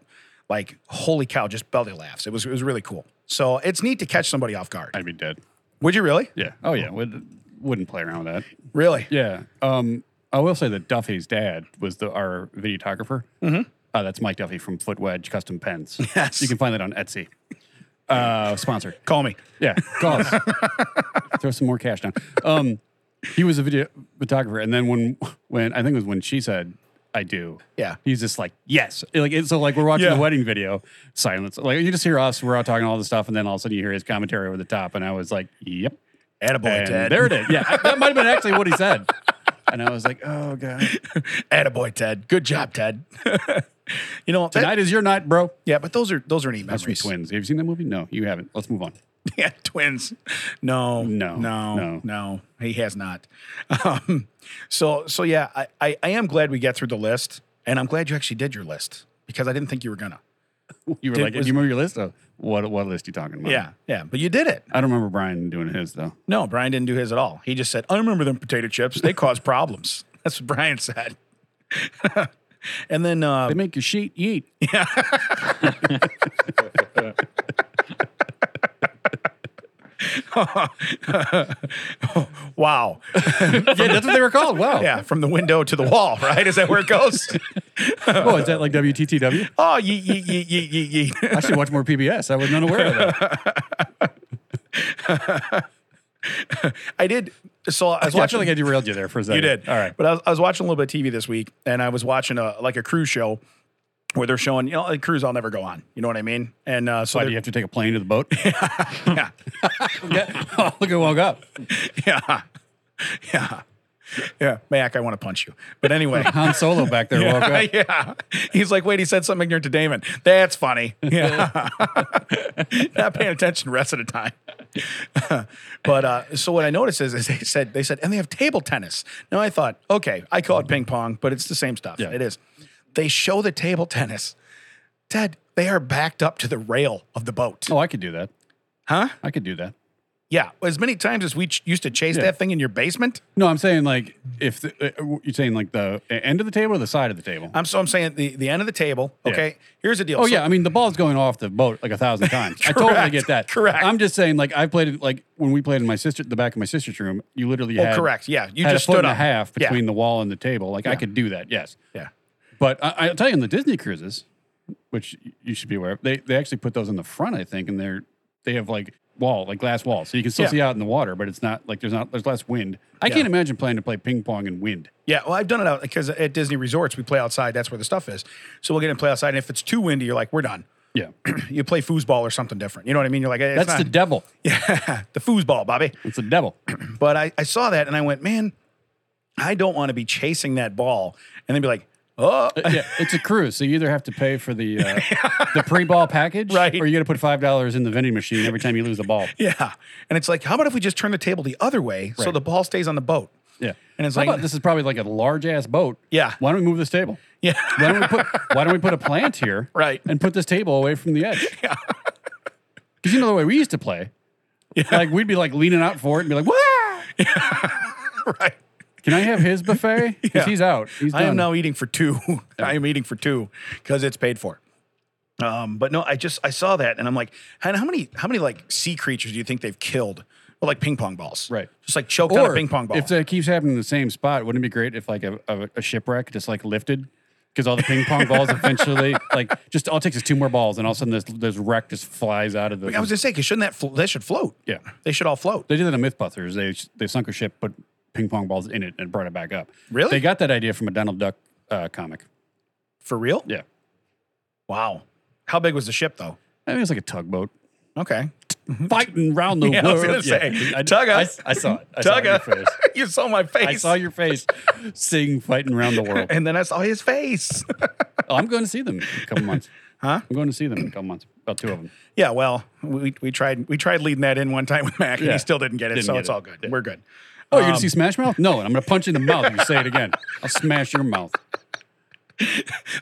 B: like, holy cow, just belly laughs. It was, it was really cool. So it's neat to catch somebody off guard.
A: I'd be dead.
B: Would you really?
A: Yeah. Oh yeah. Would wouldn't play around with that.
B: Really?
A: Yeah. Um. I will say that Duffy's dad was the our videographer. Mm-hmm. Uh, that's Mike Duffy from Foot Wedge Custom Pens.
B: Yes.
A: You can find that on Etsy. Uh, sponsored.
B: Call me.
A: Yeah, call us. Throw some more cash down. Um, he was a video photographer, and then when when I think it was when she said, "I do,"
B: Yeah.
A: he's just like, "Yes." Like it's so like we're watching
B: Yeah.
A: the wedding video, silence. Like you just hear us, we're all talking all this stuff, and then all of a sudden you hear his commentary over the top, and I was like, "Yep."
B: Attaboy,
A: And
B: Ted.
A: there it is. Yeah, I- that might have been actually what he said. And I was like, "Oh god,
B: Attaboy, Ted. Good job, Ted. you know, that-
A: tonight is your night, bro."
B: yeah, but those are those are neat
A: That's from
B: memories.
A: Twins. Have you seen that movie? No, you haven't. Let's move on.
B: yeah, twins. No,
A: No,
B: no, no,
A: no.
B: He has not. Um, so, so yeah, I, I, I am glad we got through the list, and I'm glad you actually did your list because I didn't think you were gonna.
A: You were
B: Did-
A: like, "Do
B: was-
A: you remember your list?" Oh, what what list you talking about?
B: Yeah, yeah, but you did it.
A: I don't remember Brian doing his though.
B: No, Brian didn't do his at all. He just said, "I remember them potato chips. They caused problems." That's what Brian said. and then uh,
A: They make your sheet yeet.
B: wow,
A: Yeah, that's what they were called. Wow.
B: yeah, from the window to the wall, right? Is that where it goes?
A: Oh, is that like WTTW?
B: Oh, ye, ye, ye, ye, ye, ye.
A: I should watch more PBS. I was not aware of that.
B: I did. So I was
A: Yeah, I
B: watching.
A: feel like I derailed you there for a second.
B: you did.
A: All right.
B: But I was, I was watching a little bit of TV this week, and I was watching a like a cruise show where they're showing, you know, like cruise I'll never go on. You know what I mean? And uh, so
A: Why
B: they're-
A: do you have to take a plane to the boat?
B: yeah,
A: yeah. Oh, look who woke up.
B: yeah, yeah, yeah. Mac, I want to punch you. But anyway.
A: Han Solo back there woke up.
B: yeah. He's like, wait, he said something ignorant to Damon. That's funny. Yeah. Not paying attention the rest of the time. but uh, so what I noticed is, is they said they said, and they have table tennis. Now I thought, okay, I call it ping pong, but it's the same stuff.
A: Yeah.
B: It is. They show the table tennis. Ted, they are backed up to the rail of the boat.
A: Oh, I could do that.
B: Huh?
A: I could do that.
B: Yeah. As many times as we ch- used to chase
A: Yeah.
B: that thing in your basement.
A: No, I'm saying like if the, uh, w- you're saying like the e, end of the table or the side of the table.
B: I'm so I'm saying the, the end of the table.
A: Yeah.
B: Okay. Here's the deal.
A: Oh
B: So-
A: yeah, I mean the ball's going off the boat like a thousand times. I totally
B: Correct,
A: get that.
B: correct.
A: I'm just saying like I played it like when we played in my sister the back of my sister's room. You literally
B: Oh,
A: had
B: correct. Yeah. You
A: had
B: just
A: a foot
B: stood
A: and a
B: on it.
A: half
B: Yeah.
A: between the wall and the table. Like I could do that. Yes.
B: Yeah.
A: But I, I'll tell you, on the Disney cruises, which you should be aware of, they, they actually put those in the front, I think, and they're they have like wall, like glass walls, so you can still
B: Yeah.
A: see out in the water, but it's not like there's not there's less wind. I
B: Yeah.
A: can't imagine playing to play ping pong in wind.
B: Yeah, well, I've done it out because at Disney resorts we play outside. That's where the stuff is. So we'll get in and play outside, and if it's too windy, you're like, we're done.
A: Yeah,
B: you play foosball or something different. You know what I mean? You're like, it's
A: that's
B: not,
A: the devil.
B: yeah, the foosball, Bobby.
A: It's the devil.
B: But I, I saw that and I went, man, I don't want to be chasing that ball and then be like, oh,
A: yeah, it's a cruise, so you either have to pay for the uh, the pre ball package,
B: Right.
A: or you got to put five dollars in the vending machine every time you lose the ball.
B: yeah. And it's like, how about if we just turn the table the other way so
A: Right.
B: the ball stays on the boat?
A: Yeah,
B: And it's
A: How
B: like-
A: about this is probably like a large ass boat.
B: Yeah.
A: why don't we move this table?
B: Yeah.
A: Why don't we put Why don't we put a plant here?
B: Right.
A: And put this table away from the edge. Yeah. Because you know the way we used to play. Like we'd be like leaning out for it and be like, "Wah!
B: right.
A: Can I have his buffet? Because
B: Yeah.
A: he's out. He's done.
B: I am now eating for two. I am eating for two because it's paid for. Um, but no, I just I saw that and I'm like, "Han, how many how many like sea creatures do you think they've killed? Well, like ping pong balls,
A: Right.
B: Just like choked on a
A: Or
B: ping pong ball.
A: if that keeps happening in the same spot, wouldn't it be great if like a, a, a shipwreck just like lifted? Because all the ping pong balls eventually, like, just all it takes is two more balls, and all of a sudden this this wreck just flies out of the.
B: I was gonna say, cause shouldn't that flo- they should float?
A: yeah.
B: They should all float.
A: They did that on MythBusters. They they sunk a ship, put ping pong balls in it, and brought it back up.
B: Really?
A: They got that idea from a Donald Duck uh, comic.
B: For real?
A: Yeah,
B: Wow. How big was the ship though?
A: I think it's like a tugboat
B: Okay.
A: fighting round the
B: Yeah, I was
A: world.
B: gonna say,
A: I,
B: tug
A: I,
B: us.
A: I saw it. I saw it in your
B: Tugga.
A: face.
B: you saw my face.
A: I saw your face, sing fighting round the world.
B: and then I saw his face.
A: Oh, I'm going to see them in a couple months. Huh? I'm going to see them in a couple months. About two of them.
B: Yeah, well, we, we tried we tried leading that in one time with Mac, and
A: Yeah.
B: he still didn't get it.
A: Didn't
B: so
A: get
B: it's
A: it.
B: all good. We're good.
A: Oh, you're going to see Smash Mouth? No, and I'm going to punch you in the mouth if you say it again. I'll smash your mouth.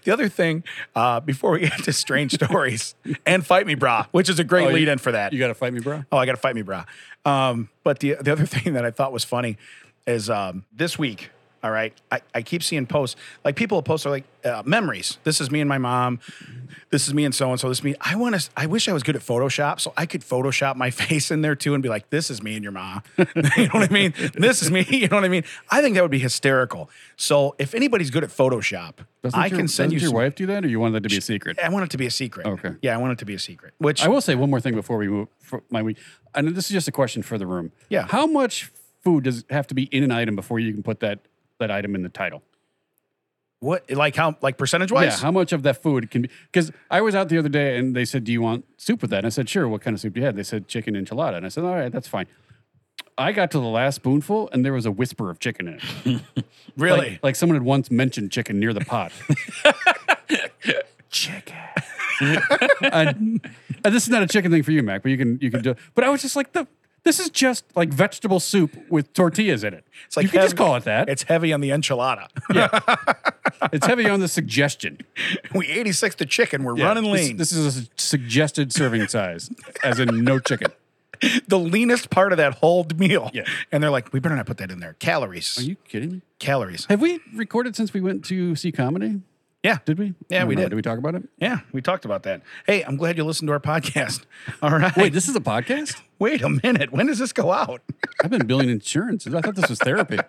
B: The other thing, uh, before we get to strange stories and fight me, brah, which is a great
A: Oh, you-
B: lead in for that.
A: You got to fight me, bro.
B: Oh, I got to fight me, brah. Um, but the the other thing that I thought was funny is um, this week. All right, I, I keep seeing posts like people will post are like uh, memories. This is me and my mom. This is me and so and so. This is me. I want to. I wish I was good at Photoshop so I could Photoshop my face in there too and be like, this is me and your mom. you know what I mean? This is me. You know what I mean? I think that would be hysterical. So if anybody's good at Photoshop,
A: Doesn't
B: I
A: your-
B: can send
A: doesn't
B: you.
A: your
B: some-
A: wife do that, or you want that to be a secret?
B: I want it to be a secret.
A: Okay.
B: Yeah, I want it to be a secret. Which
A: I will say one more thing before we move for my week. And this is just a question for the room.
B: Yeah.
A: How much food does have to be in an item before you can put that that item in the title?
B: what like how like percentage wise?
A: Yeah. How much of that food can be? Because I was out the other day and they said, "Do you want soup with that?" And I said, "Sure." What kind of soup do you had? They said chicken enchilada, and I said, "All right, that's fine." I got to the last spoonful and there was a whisper of chicken in it.
B: really?
A: Like, like someone had once mentioned chicken near the pot. chicken. and, and this is not a chicken thing for you, Mac, but you can you can do. But I was just like the. This is just like vegetable soup with tortillas in it.
B: It's like
A: you can just
B: heavy-
A: call it that. It's,
B: It's heavy on the enchilada.
A: heavy on the suggestion.
B: we 86 the chicken. We're running
A: This-
B: lean.
A: This, is a su- suggested serving size, as in no chicken.
B: the leanest part of that whole meal.
A: Yeah.
B: And they're like, we better not put that in there. Calories.
A: Are you kidding me?
B: Calories.
A: Have we recorded since we went to see comedy?
B: Yeah.
A: Did we?
B: Yeah,
A: I don't
B: we
A: know.
B: did.
A: Did we talk about it?
B: Yeah. We talked about that. Hey, I'm glad you listened to our podcast. All right.
A: Wait,
B: Wait,
A: this is a podcast.
B: a minute. When does this go out?
A: I've been billing insurance. I thought this was therapy.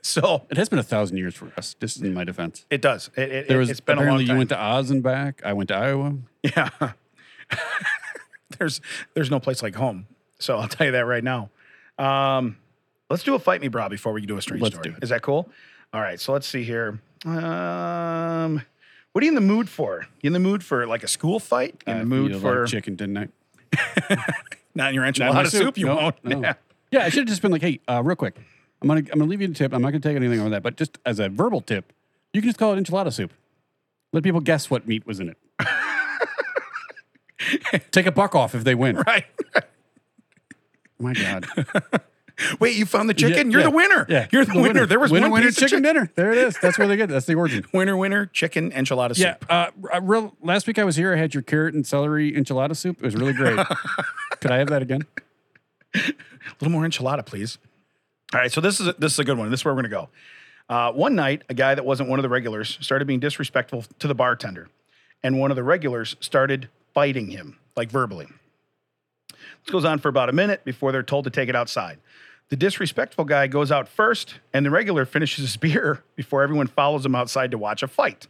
B: So
A: It has been a thousand years for us. Just in my defense,
B: it does. It, it,
A: there was
B: it's been a long
A: apparently
B: time.
A: you went to Oz and back. I went to Iowa.
B: yeah. there's, there's no place like home. So I'll tell you that right now. Um, let's do a fight me bra before we do a strange
A: Let's
B: story.
A: do it.
B: Is that cool? All right. So let's see here. Um, what are you in the mood for? You in the mood for like a school fight? In the
A: I
B: mood
A: feel like
B: for
A: chicken, didn't I?
B: not in your
A: Not my
B: enchilada soup? You
A: No,
B: won't.
A: no.
B: Yeah.
A: Yeah. I should have just been like, hey, uh, real quick, I'm gonna I'm gonna leave you a tip. I'm not gonna take anything over that, but just as a verbal tip, you can just call it enchilada soup. Let people guess what meat was in it. take a buck off if they win.
B: Right.
A: My God,
B: Wait, you found the chicken? You're
A: Yeah,
B: the winner.
A: Yeah,
B: You're the, winner. There was
A: winner,
B: one
A: winner,
B: piece
A: chicken
B: of chicken.
A: dinner. There it is. That's where they get. it. That's the origin.
B: Winner, winner, chicken enchilada
A: Yeah.
B: soup.
A: Uh, r- real, last week I was here. I had your carrot and celery enchilada soup. It was really great. Could I have that again?
B: A little more enchilada, please. All right, so this is a, this is a good one. This is where we're gonna go. Uh, one night, a guy that wasn't one of the regulars started being disrespectful to the bartender, and one of the regulars started biting him, like verbally. This goes on for about a minute before they're told to take it outside. The disrespectful guy goes out first, and the regular finishes his beer before everyone follows him outside to watch a fight.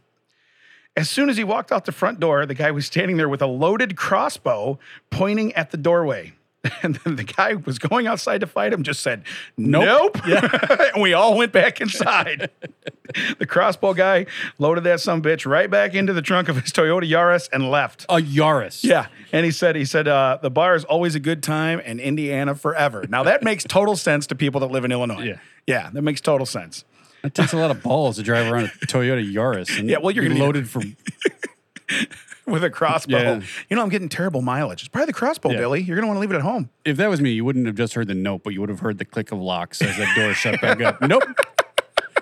B: As soon as he walked out the front door, the guy was standing there with a loaded crossbow pointing at the doorway. And then the guy who was going outside to fight him just said, Nope. and we all went back inside. the crossbow guy loaded that some bitch right back into the trunk of his Toyota Yaris and left.
A: A Yaris.
B: Yeah. And he said, he said, uh, the bar is always a good time and Indiana forever. Now that makes total sense to people that live in Illinois.
A: Yeah.
B: Yeah. That makes total sense.
A: It takes a lot of balls to drive around a Toyota Yaris. And
B: Yeah, well, you're
A: be
B: gonna need-
A: loaded for.
B: With a crossbow.
A: Yeah.
B: You know, I'm getting terrible mileage. It's probably the crossbow,
A: Yeah.
B: Billy. You're going to want to leave it at home.
A: If that was me, you wouldn't have just heard the note, but you would have heard the click of locks as that door shut back up. Nope.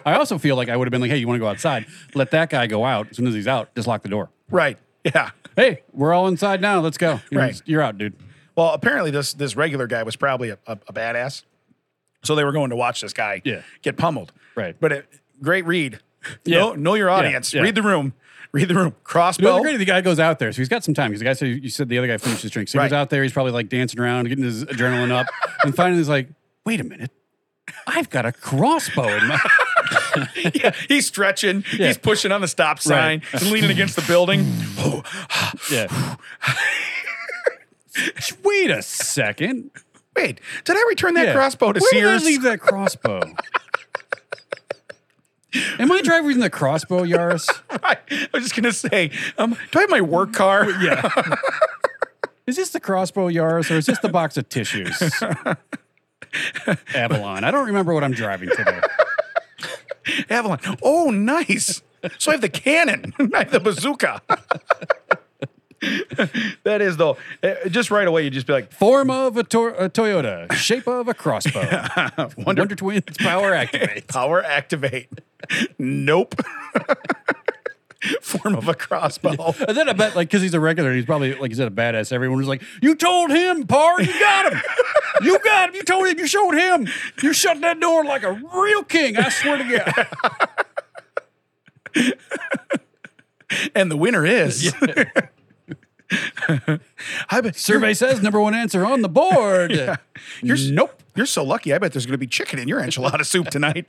A: I also feel like I would have been like, "Hey, you want to go outside? Let that guy go out. As soon as he's out, just lock the door.
B: Right. Yeah.
A: Hey, we're all inside now. Let's go. You know,
B: Right.
A: you're out, dude.
B: Well, apparently this this regular guy was probably a, a, a badass. So they were going to watch this guy
A: Yeah.
B: get pummeled.
A: Right.
B: But it, great read.
A: Yeah.
B: Know, know your audience.
A: yeah.
B: Read the room. Read the room.
A: The
B: Crossbow.
A: other great, the guy goes out there, so he's got some time. Because the guy said you said the other guy finished his drink, so he goes
B: Right.
A: out there. He's probably like dancing around, getting his adrenaline up, and finally he's like, "Wait a minute, I've got a crossbow in my."
B: yeah, he's stretching. He's pushing on the stop sign.
A: Right.
B: He's leaning against the building. Oh,
A: yeah. Wait a second.
B: wait, did I return that
A: Yeah.
B: crossbow to
A: Where Did
B: Sears?
A: I leave that crossbow? Am I driving the crossbow, Yaris?
B: I was just gonna say, um, do I have my work car?
A: Yeah. Is this the crossbow Yaris or is this the box of tissues? Avalon. I don't remember what I'm driving today.
B: Avalon. Oh, nice. So I have the cannon, I have the bazooka. that is though, eh, just right away you just be like,
A: Form of a, tor- a Toyota, shape of a crossbow. Wonder-, Twins power activate.
B: power activate. nope. Form of a crossbow.
A: And then I bet, like, because he's a regular, he's probably, like, he's a badass. Everyone was like, You told him, Par, you got him. You got him. You told him. You showed him. You shut that door like a real king. I swear to God.
B: And the winner is. I bet
A: Survey says number one answer on the board.
B: You're, s-
A: Nope.
B: You're so lucky. I bet there's going to be chicken in your enchilada soup tonight.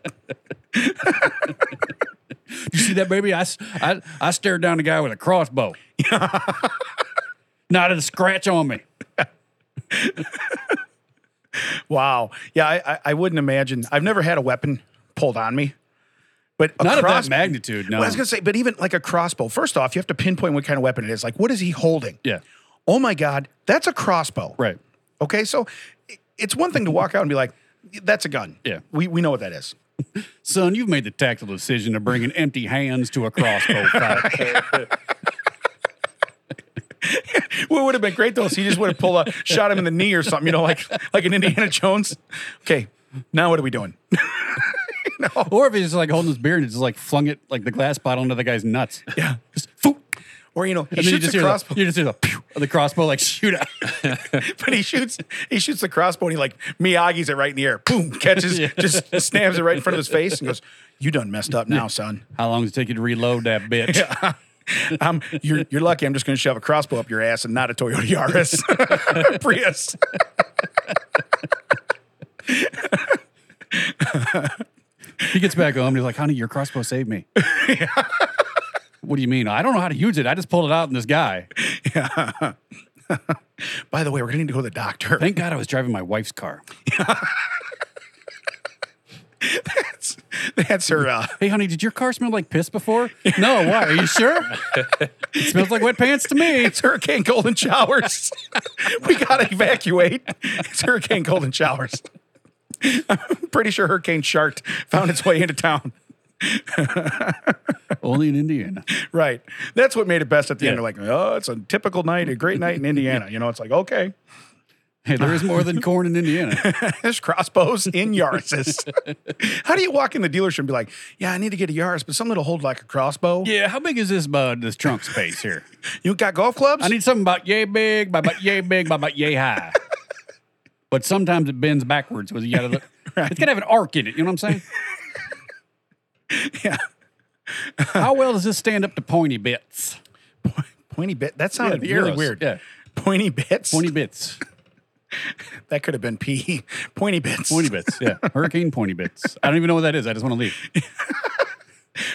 A: You see that, baby? I, s- I- I stared down a guy with a crossbow. Not a scratch on me.
B: Wow. Yeah, I, I, I wouldn't imagine. I've never had a weapon pulled on me, but a
A: Not of
B: cross-
A: that magnitude. No.
B: Well, I was gonna say, but even like a crossbow. First off, you have to pinpoint what kind of weapon it is. Like, what is he holding?
A: yeah.
B: Oh my God, that's a crossbow.
A: Right.
B: Okay. So i- it's one thing to walk out and be like, "That's a gun."
A: Yeah.
B: We we know what that is.
A: Son, you've made the tactical decision of bringing empty hands to a crossbow fight.
B: What would have been great though is he just would have pulled a shot him in the knee or something. You know, like like an Indiana Jones. Okay. Now what are we doing?
A: or if he's just like holding his beer and just like flung it like the glass bottle into the guy's nuts.
B: Yeah.
A: Just foop.
B: Or you know, he
A: And then you
B: shoots
A: just,
B: a
A: hear
B: crossbow.
A: the, you just hear the pew of the crossbow like shoot out.
B: but he shoots he shoots the crossbow and he like Miyagi's it right in the air. Boom, catches, just snaps it right in front of his face and goes, You done messed up now, son.
A: How long does it take you to reload that bitch?
B: I'm you're you're lucky I'm just gonna shove a crossbow up your ass and not a Toyota Yaris. Prius.
A: He gets back home and he's like, honey, your crossbow saved me. what do you mean? I don't know how to use it. I just pulled it out in this guy.
B: By the way, we're gonna need to go to the doctor.
A: Thank God I was driving my wife's car.
B: That's, that's her uh
A: Hey, honey, did your car smell like piss before? no, why? Are you sure? it smells like wet pants to me.
B: it's hurricane golden showers. we gotta evacuate. It's hurricane golden showers. I'm pretty sure Hurricane Shart found its way into town.
A: Only in Indiana.
B: Right. That's what made it best at the end.
A: Yeah.
B: They're like, oh, it's a typical night, a great night in Indiana. You know, it's like, okay,
A: Hey, there is more than corn in Indiana.
B: there's crossbows in Yaris's. How do you walk in the dealership and be like, yeah, I need to get a Yaris, but something that'll hold like a crossbow?
A: Yeah, how big is this uh, this trunk space here?
B: You got golf clubs?
A: I need something about yay big, by about yay big, by about yay high. But sometimes it bends backwards. Was you gotta look. It's gotta have an arc in it. You know what I'm saying?
B: yeah.
A: How well does this stand up to pointy bits?
B: Po- Pointy bit. That sounded
A: the
B: really
A: arrows,
B: weird.
A: yeah.
B: Pointy bits.
A: Pointy bits.
B: That could have been PE. Pointy bits.
A: Pointy bits. Yeah. Hurricane pointy bits. I don't even know what that is. I just want to leave.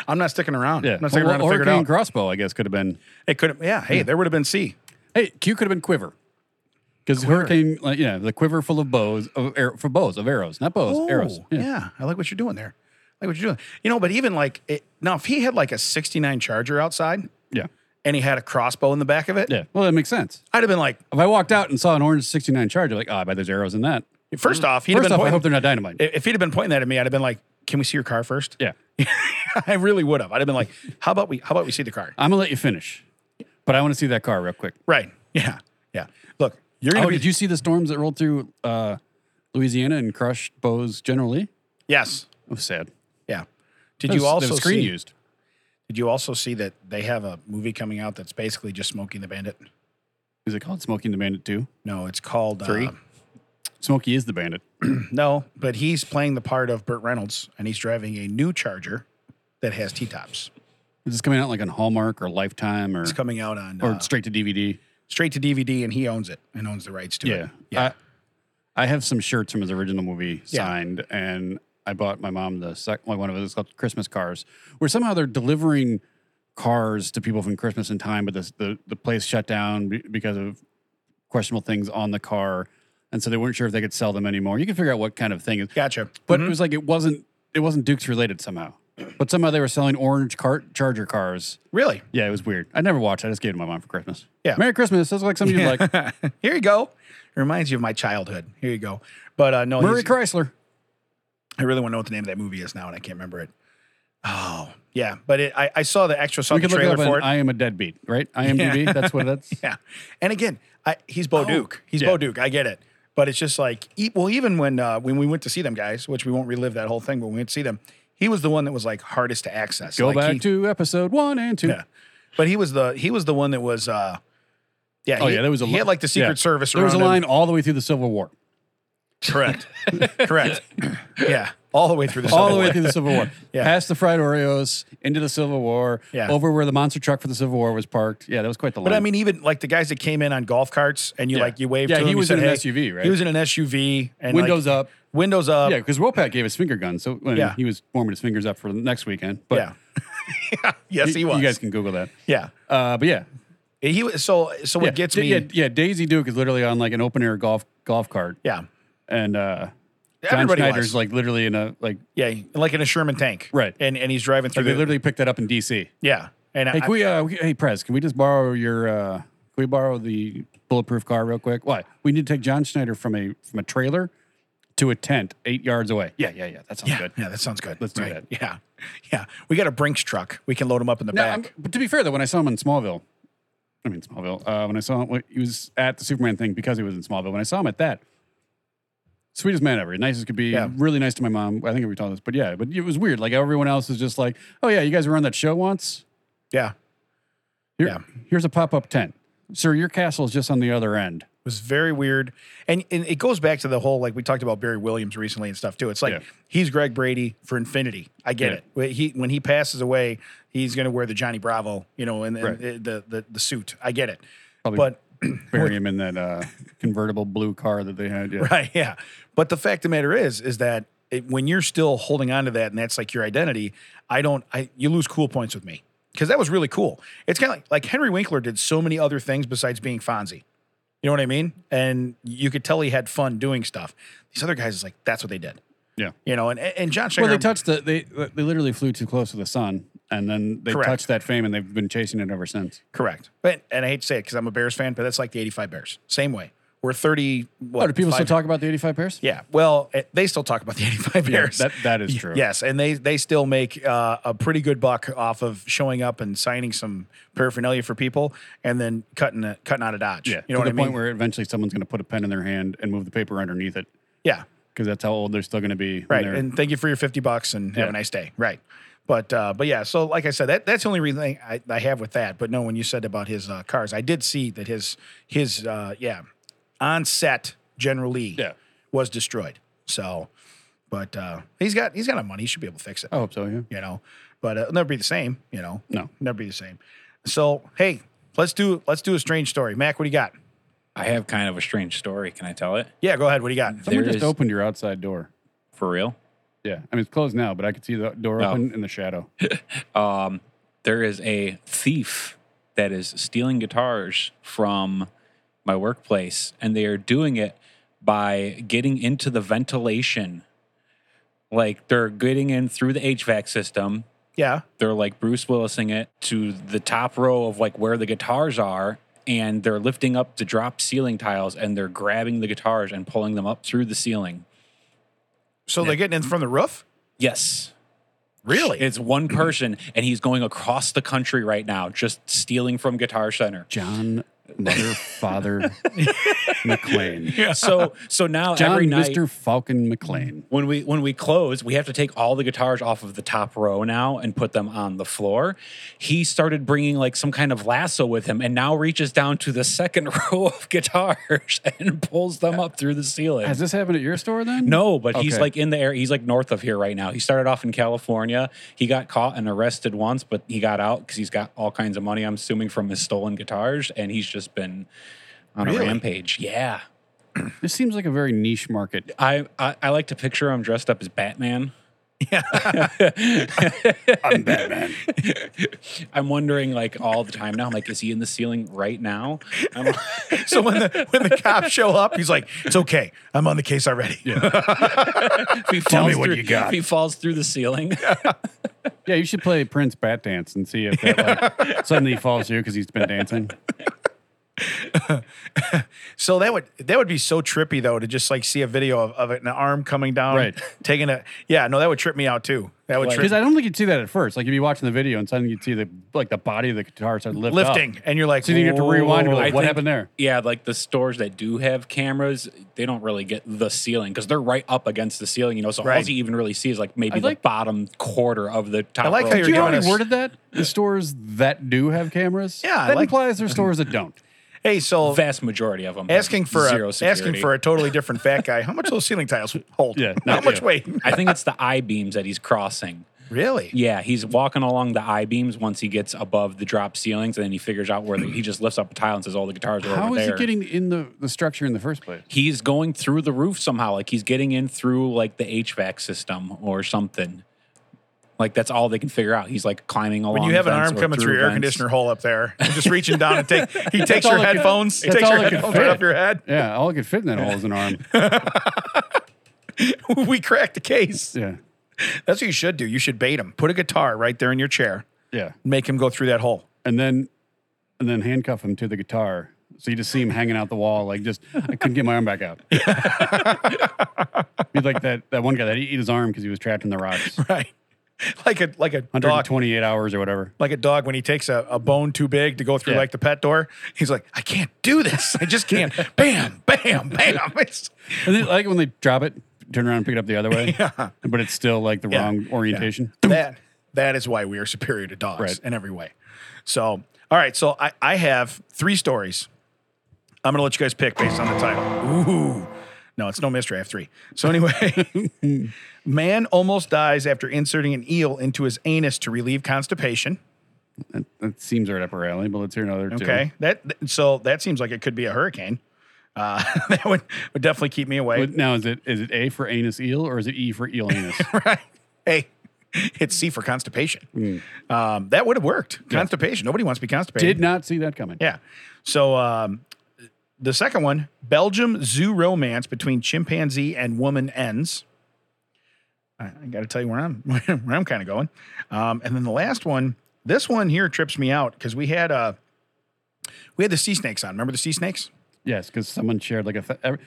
B: I'm not sticking around.
A: Yeah.
B: I'm not sticking around to figure it
A: Hurricane
B: out.
A: crossbow, I guess, could have been.
B: it could have, yeah, hey, there would have been C.
A: Hey, Q could have been quiver. Because hurricane, like, yeah, the quiver full of bows of arrow, for bows of arrows, not bows, arrows.
B: Oh, Yeah. I like what you're doing there. I like what you're doing. You know, but even like, it, now if he had like a 69 Charger outside,
A: Yeah.
B: and he had a crossbow in the back of it,
A: Yeah. Well, that makes sense.
B: I'd have been like,
A: If I walked out and saw an orange 69 Charger, like, oh, I bet there's arrows in that.
B: first off, he'd
A: First
B: have
A: off,
B: been
A: I hope
B: pointing,
A: they're not dynamite.
B: if he'd have been pointing that at me, I'd have been like, can we see your car first?
A: yeah.
B: I really would have. I'd have been like, how about we, how about we see the car?
A: I'm going to let you finish, but I want to see that car real quick.
B: Right. Yeah. Yeah. Look, you're going
A: Oh,
B: to be,
A: did you see the storms that rolled through uh, Louisiana and crushed bows generally? It
B: yes.
A: was sad.
B: Yeah. Did
A: That was-
B: you
A: that was
B: also
A: screen
B: see,
A: used?
B: did you also see that they have a movie coming out that's basically just Smoking the Bandit?
A: Is it called Smoking the Bandit 2?
B: No, it's called
A: Three?
B: uh,
A: Smokey is the bandit.
B: no, but he's playing the part of Burt Reynolds and he's driving a new Charger that has T-tops.
A: Is this coming out like on Hallmark or Lifetime or,
B: It's coming out on
A: or
B: uh,
A: straight to DVD?
B: straight to DVD and he owns it and owns the rights to
A: Yeah.
B: it. Yeah.
A: I, I have some shirts from his original movie
B: Yeah.
A: signed, and I bought my mom the sec- well, one of those called Christmas cars, where somehow they're delivering cars to people from Christmas in time, but this, the the place shut down be- because of questionable things on the car, and so they weren't sure if they could sell them anymore. You can figure out what kind of thing is,
B: Gotcha.
A: but it was like it wasn't it wasn't Duke's related somehow, but somehow they were selling orange car Charger cars.
B: Really?
A: Yeah, it was weird. I never watched. I just gave it to my mom for Christmas.
B: Yeah.
A: Merry Christmas. That's like something you'd like.
B: Here you go. It reminds you of my childhood. Here you go. But uh, no,
A: Murray
B: he's-
A: Chrysler.
B: I really want to know what the name of that movie is now, and I can't remember it. Oh, yeah. But it, I, I saw the extra saw
A: We
B: the
A: can look it
B: trailer
A: up
B: for
A: on
B: it.
A: I am a deadbeat, right? IMDb. That's what that's.
B: yeah. And again, I, he's Bo Duke. He's
A: Oh, yeah.
B: Bo Duke. I get it. But it's just like, e- well, even when uh, when we went to see them, guys, which we won't relive that whole thing, but when we went to see them, he was the one that was like hardest to access.
A: Go
B: Like,
A: back
B: he-
A: to episode one and two.
B: Yeah. But he was the he was the one that was. uh yeah,
A: Oh
B: he,
A: yeah, there was a
B: he
A: li-
B: had like the Secret
A: yeah.
B: Service.
A: There was a
B: around him.
A: line all the way through the Civil War,
B: Correct. Correct. Yeah. All the way through the
A: all the
B: subway.
A: way through the Civil War,
B: Yeah.
A: past the fried Oreos into the Civil War,
B: Yeah.
A: over where the monster truck for the Civil War was parked. Yeah, that was quite the line.
B: But I mean, even like the guys that came in on golf carts and you
A: Yeah.
B: like you waved.
A: Yeah,
B: to
A: he
B: him, you
A: was
B: said,
A: in an
B: "Hey."
A: SUV, right?
B: He was in an SUV and like,
A: Windows up.
B: Windows up.
A: yeah, because Wopat gave us finger guns, so well,
B: Yeah.
A: he was warming his fingers up for the next weekend. But
B: yeah. yes,
A: you-
B: he was.
A: You guys can Google that.
B: yeah.
A: Uh, but yeah,
B: He was so so
A: yeah,
B: what gets
A: Da-
B: me.
A: Yeah, yeah, Daisy Duke is literally on like an open air golf golf cart,
B: yeah.
A: and uh, John
B: Everybody
A: Schneider's
B: was.
A: like literally in a like.
B: Yeah, like in a Sherman tank.
A: Right.
B: And and he's driving through
A: They
B: the-
A: literally picked that up in D.C.
B: Yeah. And
A: Hey,
B: I,
A: can we, uh, we- hey, Prez, can we just borrow your, uh, can we borrow the bulletproof car real quick? Why? We need to take John Schneider from a, from a trailer to a tent eight yards away. Yeah, yeah, yeah. That sounds
B: yeah,
A: good.
B: yeah, that sounds good.
A: Let's do that.
B: Yeah. Yeah. We got a Brinks truck. We can load him up in the
A: Now, I'm-
B: back.
A: but to be fair though, when I saw him in Smallville, I mean, Smallville, uh, when I saw him, he was at the Superman thing because he was in Smallville. When I saw him at that, sweetest man ever, nice as could be,
B: Yeah.
A: really nice to my mom. I think we talked this, but yeah, but it was weird. Like everyone else is just like, oh yeah, you guys were on that show once.
B: yeah.
A: Here-
B: Yeah.
A: Here's a pop up tent. Sir, your castle is just on the other end.
B: It was very weird. And, and it goes back to the whole, like we talked about Barry Williams recently and stuff too. It's like,
A: Yeah.
B: he's Greg Brady for infinity. I get
A: Yeah.
B: it. When he, when he passes away, he's going to wear the Johnny Bravo, you know, and, and
A: Right.
B: the, the, the, suit. I get it.
A: Probably-
B: But,
A: bury him in that uh, convertible blue car that they had. Yeah.
B: right. Yeah. But the fact of the matter is, is that it, when you're still holding on to that and that's like your identity, I don't, I, you lose cool points with me. Cause that was really cool. It's kind of like, like Henry Winkler did so many other things besides being Fonzie. You know what I mean? And you could tell he had fun doing stuff. These other guys is like, that's what they did.
A: Yeah.
B: You know, and and John Schenker.
A: Well, they touched the they they literally flew too close to the sun, and then they
B: Correct.
A: touched that fame, and they've been chasing it ever since.
B: correct. But and I hate to say it because I'm a Bears fan, but that's like the '85 Bears. Same way. We're 30. What?
A: Oh, do people
B: five-
A: still talk about the eighty-five pairs?
B: Yeah. Well, eh, they still talk about the '85 Bears.
A: that that is true.
B: Yes, and they they still make uh, a pretty good buck off of showing up and signing some paraphernalia for people, and then cutting a, cutting out a dodge.
A: yeah.
B: you know
A: to
B: what
A: the
B: I mean?
A: point where eventually someone's going to put a pen in their hand and move the paper underneath it
B: yeah,
A: because that's how old they're still going to be. when
B: right.
A: they're-
B: And thank you for your fifty bucks, and have
A: Yeah.
B: a nice day. Right. But uh, but yeah, so like I said, that that's the only reason I, I have with that. But no, when you said about his uh, cars, I did see that his his uh, yeah on set General Lee
A: Yeah.
B: was destroyed. So, but uh, he's got he's got enough money; he should be able to fix it.
A: I hope so. Yeah.
B: you know. But uh, it'll never be the same, you know.
A: No.
B: never be the same. So hey, let's do let's do a strange story, Mac. What do you got?
C: I have kind of a strange story. Can I tell it?
B: Yeah, go ahead. What do you got?
A: Someone
C: There
A: just
C: is-
A: opened your outside door.
C: For real?
A: Yeah. I mean, it's closed now, but I could see the door
C: Oh.
A: open in the shadow.
C: um, there is a thief that is stealing guitars from my workplace, and they are doing it by getting into the ventilation. Like they're getting in through the HVAC system.
B: Yeah,
C: They're like Bruce Willising it to the top row of like where the guitars are, and they're lifting up the drop ceiling tiles and they're grabbing the guitars and pulling them up through the ceiling.
B: so they're getting in from the roof.
C: Yes.
B: Really?
C: It's one person, and he's going across the country right now, just stealing from Guitar Center.
A: John, mother, father, McLean.
C: So, so now
A: John,
C: every night
A: Mr. Falcon McLean.
C: when we when we close, we have to take all the guitars off of the top row now and put them on the floor. He started bringing like some kind of lasso with him, and now reaches down to the second row of guitars and pulls them up through the ceiling.
A: Has this happened at your store then?
C: No, but he's
A: Okay.
C: like in the air. He's like north of here right now. He started off in California. He got caught and arrested once, but he got out because he's got all kinds of money. I'm assuming from his stolen guitars, and he's just been on
B: Really?
C: a rampage. Yeah,
A: This seems like a very niche market.
C: I, I I like to picture him dressed up as Batman.
A: I'm Batman.
C: I'm wondering like all the time now. I'm like, is he in the ceiling right now? I'm,
B: so when the when the cops show up, he's like, "It's okay. I'm on the case already."
C: if he
B: Tell me
C: falls
B: what
C: through-
B: you got.
C: If he falls through the ceiling.
A: Yeah, you should play Prince Bat Dance and see if that, like, suddenly he falls through because he's been dancing.
B: So that would that would be so trippy though to just like see a video of, of it, an arm coming down,
A: Right.
B: Taking a yeah, no, that would trip me out too. That would
C: Like-
B: trip
A: Because I don't think you'd see that at first. Like you'd be watching the video and suddenly you'd see the like the body of the guitar start lift up.
B: lifting, and you're like,
A: So you have to rewind and go,
B: "Whoa."
A: like,
C: I
A: what
C: think-
A: happened there?
C: Yeah, like the stores that do have cameras, they don't really get the ceiling because they're right up against the ceiling, you know. So all
B: Right.
C: you even really see is like maybe
A: I like-
C: the bottom quarter of the top.
B: like
C: row.
B: how you're
A: Do you know how
B: doing
A: I
B: this-
A: worded that? The stores that do have cameras.
B: Yeah, I
A: that
B: like-
A: implies there's stores that don't.
B: Hey, so
C: vast majority of them have
B: asking for
C: zero
B: a,
C: security.
B: asking for a totally different fat guy. How much those ceiling tiles hold?
A: Yeah,
B: how
A: not
B: much
A: you.
B: weight?
C: I think it's the I beams that he's crossing.
B: Really?
C: Yeah, he's walking along the I beams once he gets above the drop ceilings, and then he figures out where the, he just lifts up a tile and says, "All the guitars are
A: How
C: over
A: is
C: there."
A: it getting in the, the structure in the first place?
C: he's going through the roof somehow. Like he's getting in through like the HVAC system or something. Like that's all they can figure out. He's like climbing along.
B: When you have an
C: vents
B: arm
C: or
B: coming through your air
C: vents.
B: conditioner hole up there, and just reaching down and take he takes
A: all it
B: your
A: could-
B: headphones,
A: that's
B: takes
A: all
B: your
A: it could
B: headphones right
A: fit.
B: off your head.
A: Yeah, all it could fit in that hole is an arm.
B: we cracked the case.
A: Yeah,
B: That's what you should do. You should bait him. Put a guitar right there in your chair.
A: yeah,
B: Make him go through that hole.
A: and then and then handcuff him to the guitar. So you just see him hanging out the wall, like just I couldn't get my arm back out. He's like that that one guy that he eat his arm because he was trapped in the rocks.
B: Right. Like a like a dog.
A: 128 hours or whatever.
B: Like a dog when he takes a, a bone too big to go through
A: Yeah.
B: like the pet door. He's like, I can't do this. I just can't. bam, bam, bam. It's-
A: And then like when they drop it, turn around and pick it up the other way. Yeah. But it's still like the
B: Yeah.
A: wrong orientation.
B: that that is why we are superior to dogs
A: Right.
B: in every way. So, all right. So I, I have three stories. I'm gonna let you guys pick based on the title. Ooh. No, it's no mystery. I have three. So anyway, man almost dies after inserting an eel into his anus to relieve constipation.
A: That, that seems right up our alley, but let's hear another two.
B: Okay, that th- so that seems like it could be a hurricane. Uh, that would, would definitely keep me away.
A: But now is it is it A for anus eel or is it E for eel anus?
B: right? Hey, it's C for constipation. Um, that would have worked. Constipation. Nobody wants to be constipated.
A: Hmm. Did not see that coming.
B: Yeah. So um, the second one, Belgium zoo romance between chimpanzee and woman ends. I, I got to tell you where I'm where I'm kind of going. Um, and then the last one, this one here trips me out because we had uh, we had the sea snakes on. Remember the sea snakes?
A: Yes, because someone shared like a th- every,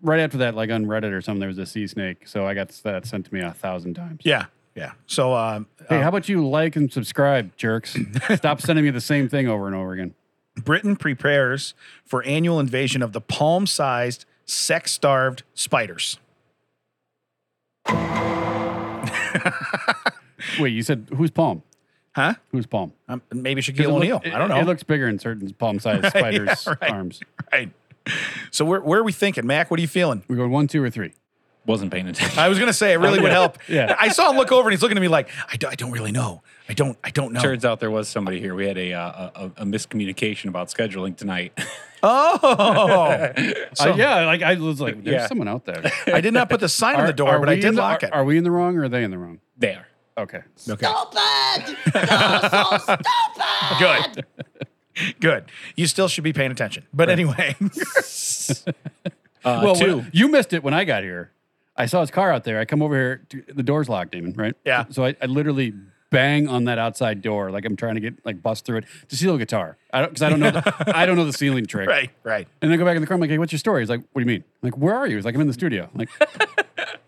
A: right after that, like on Reddit or something, there was a sea snake. So I got that sent to me a thousand times.
B: Yeah. Yeah. So um,
A: Hey, how about you like and subscribe, jerks? Stop sending me the same thing over and over again.
B: Britain prepares for annual invasion of the palm-sized, sex-starved spiders.
A: Wait, you said who's palm?
B: Huh?
A: Who's palm?
B: Um, maybe
A: 'Cause it
B: Shaquille
A: look-
B: O'Neal.
A: it-
B: I don't know.
A: It looks bigger in certain palm-sized spiders'
B: right.
A: arms.
B: right. So where, where are we thinking, Mac? What are you feeling?
A: We go one, two, or three.
C: Wasn't paying attention.
B: I was gonna say it really would help.
A: Yeah.
B: I saw him look over and he's looking at me like, I, do, I don't really know. I don't. I don't know.
C: Turns out there was somebody here. We had a uh, a, a miscommunication about scheduling tonight.
B: Oh,
A: Uh, yeah, like I was like, there's
C: Yeah.
A: someone out there.
B: I did not put the sign on the door, but I
A: we
B: did
A: in the-
B: lock it. Uh,
A: Are, are we in the wrong or are they in the wrong?
C: there.
A: Okay.
B: okay,
D: Stop it! You're so
B: good,
D: stupid!
B: good. You still should be paying attention. But anyway,
C: Uh,
A: well,
C: two.
A: when- you missed it when I got here. I saw his car out there. I come over here. to- the door's locked, Damon, right?
B: Yeah.
A: So I, I literally bang on that outside door like I'm trying to get like bust through it to steal a guitar. I don't because I don't know the, I don't know the ceiling trick.
B: right, right.
A: And then I go back in the car. I'm like, hey, what's your story? He's like, what do you mean? I'm like, where are you? He's like, I'm in the studio. I'm like,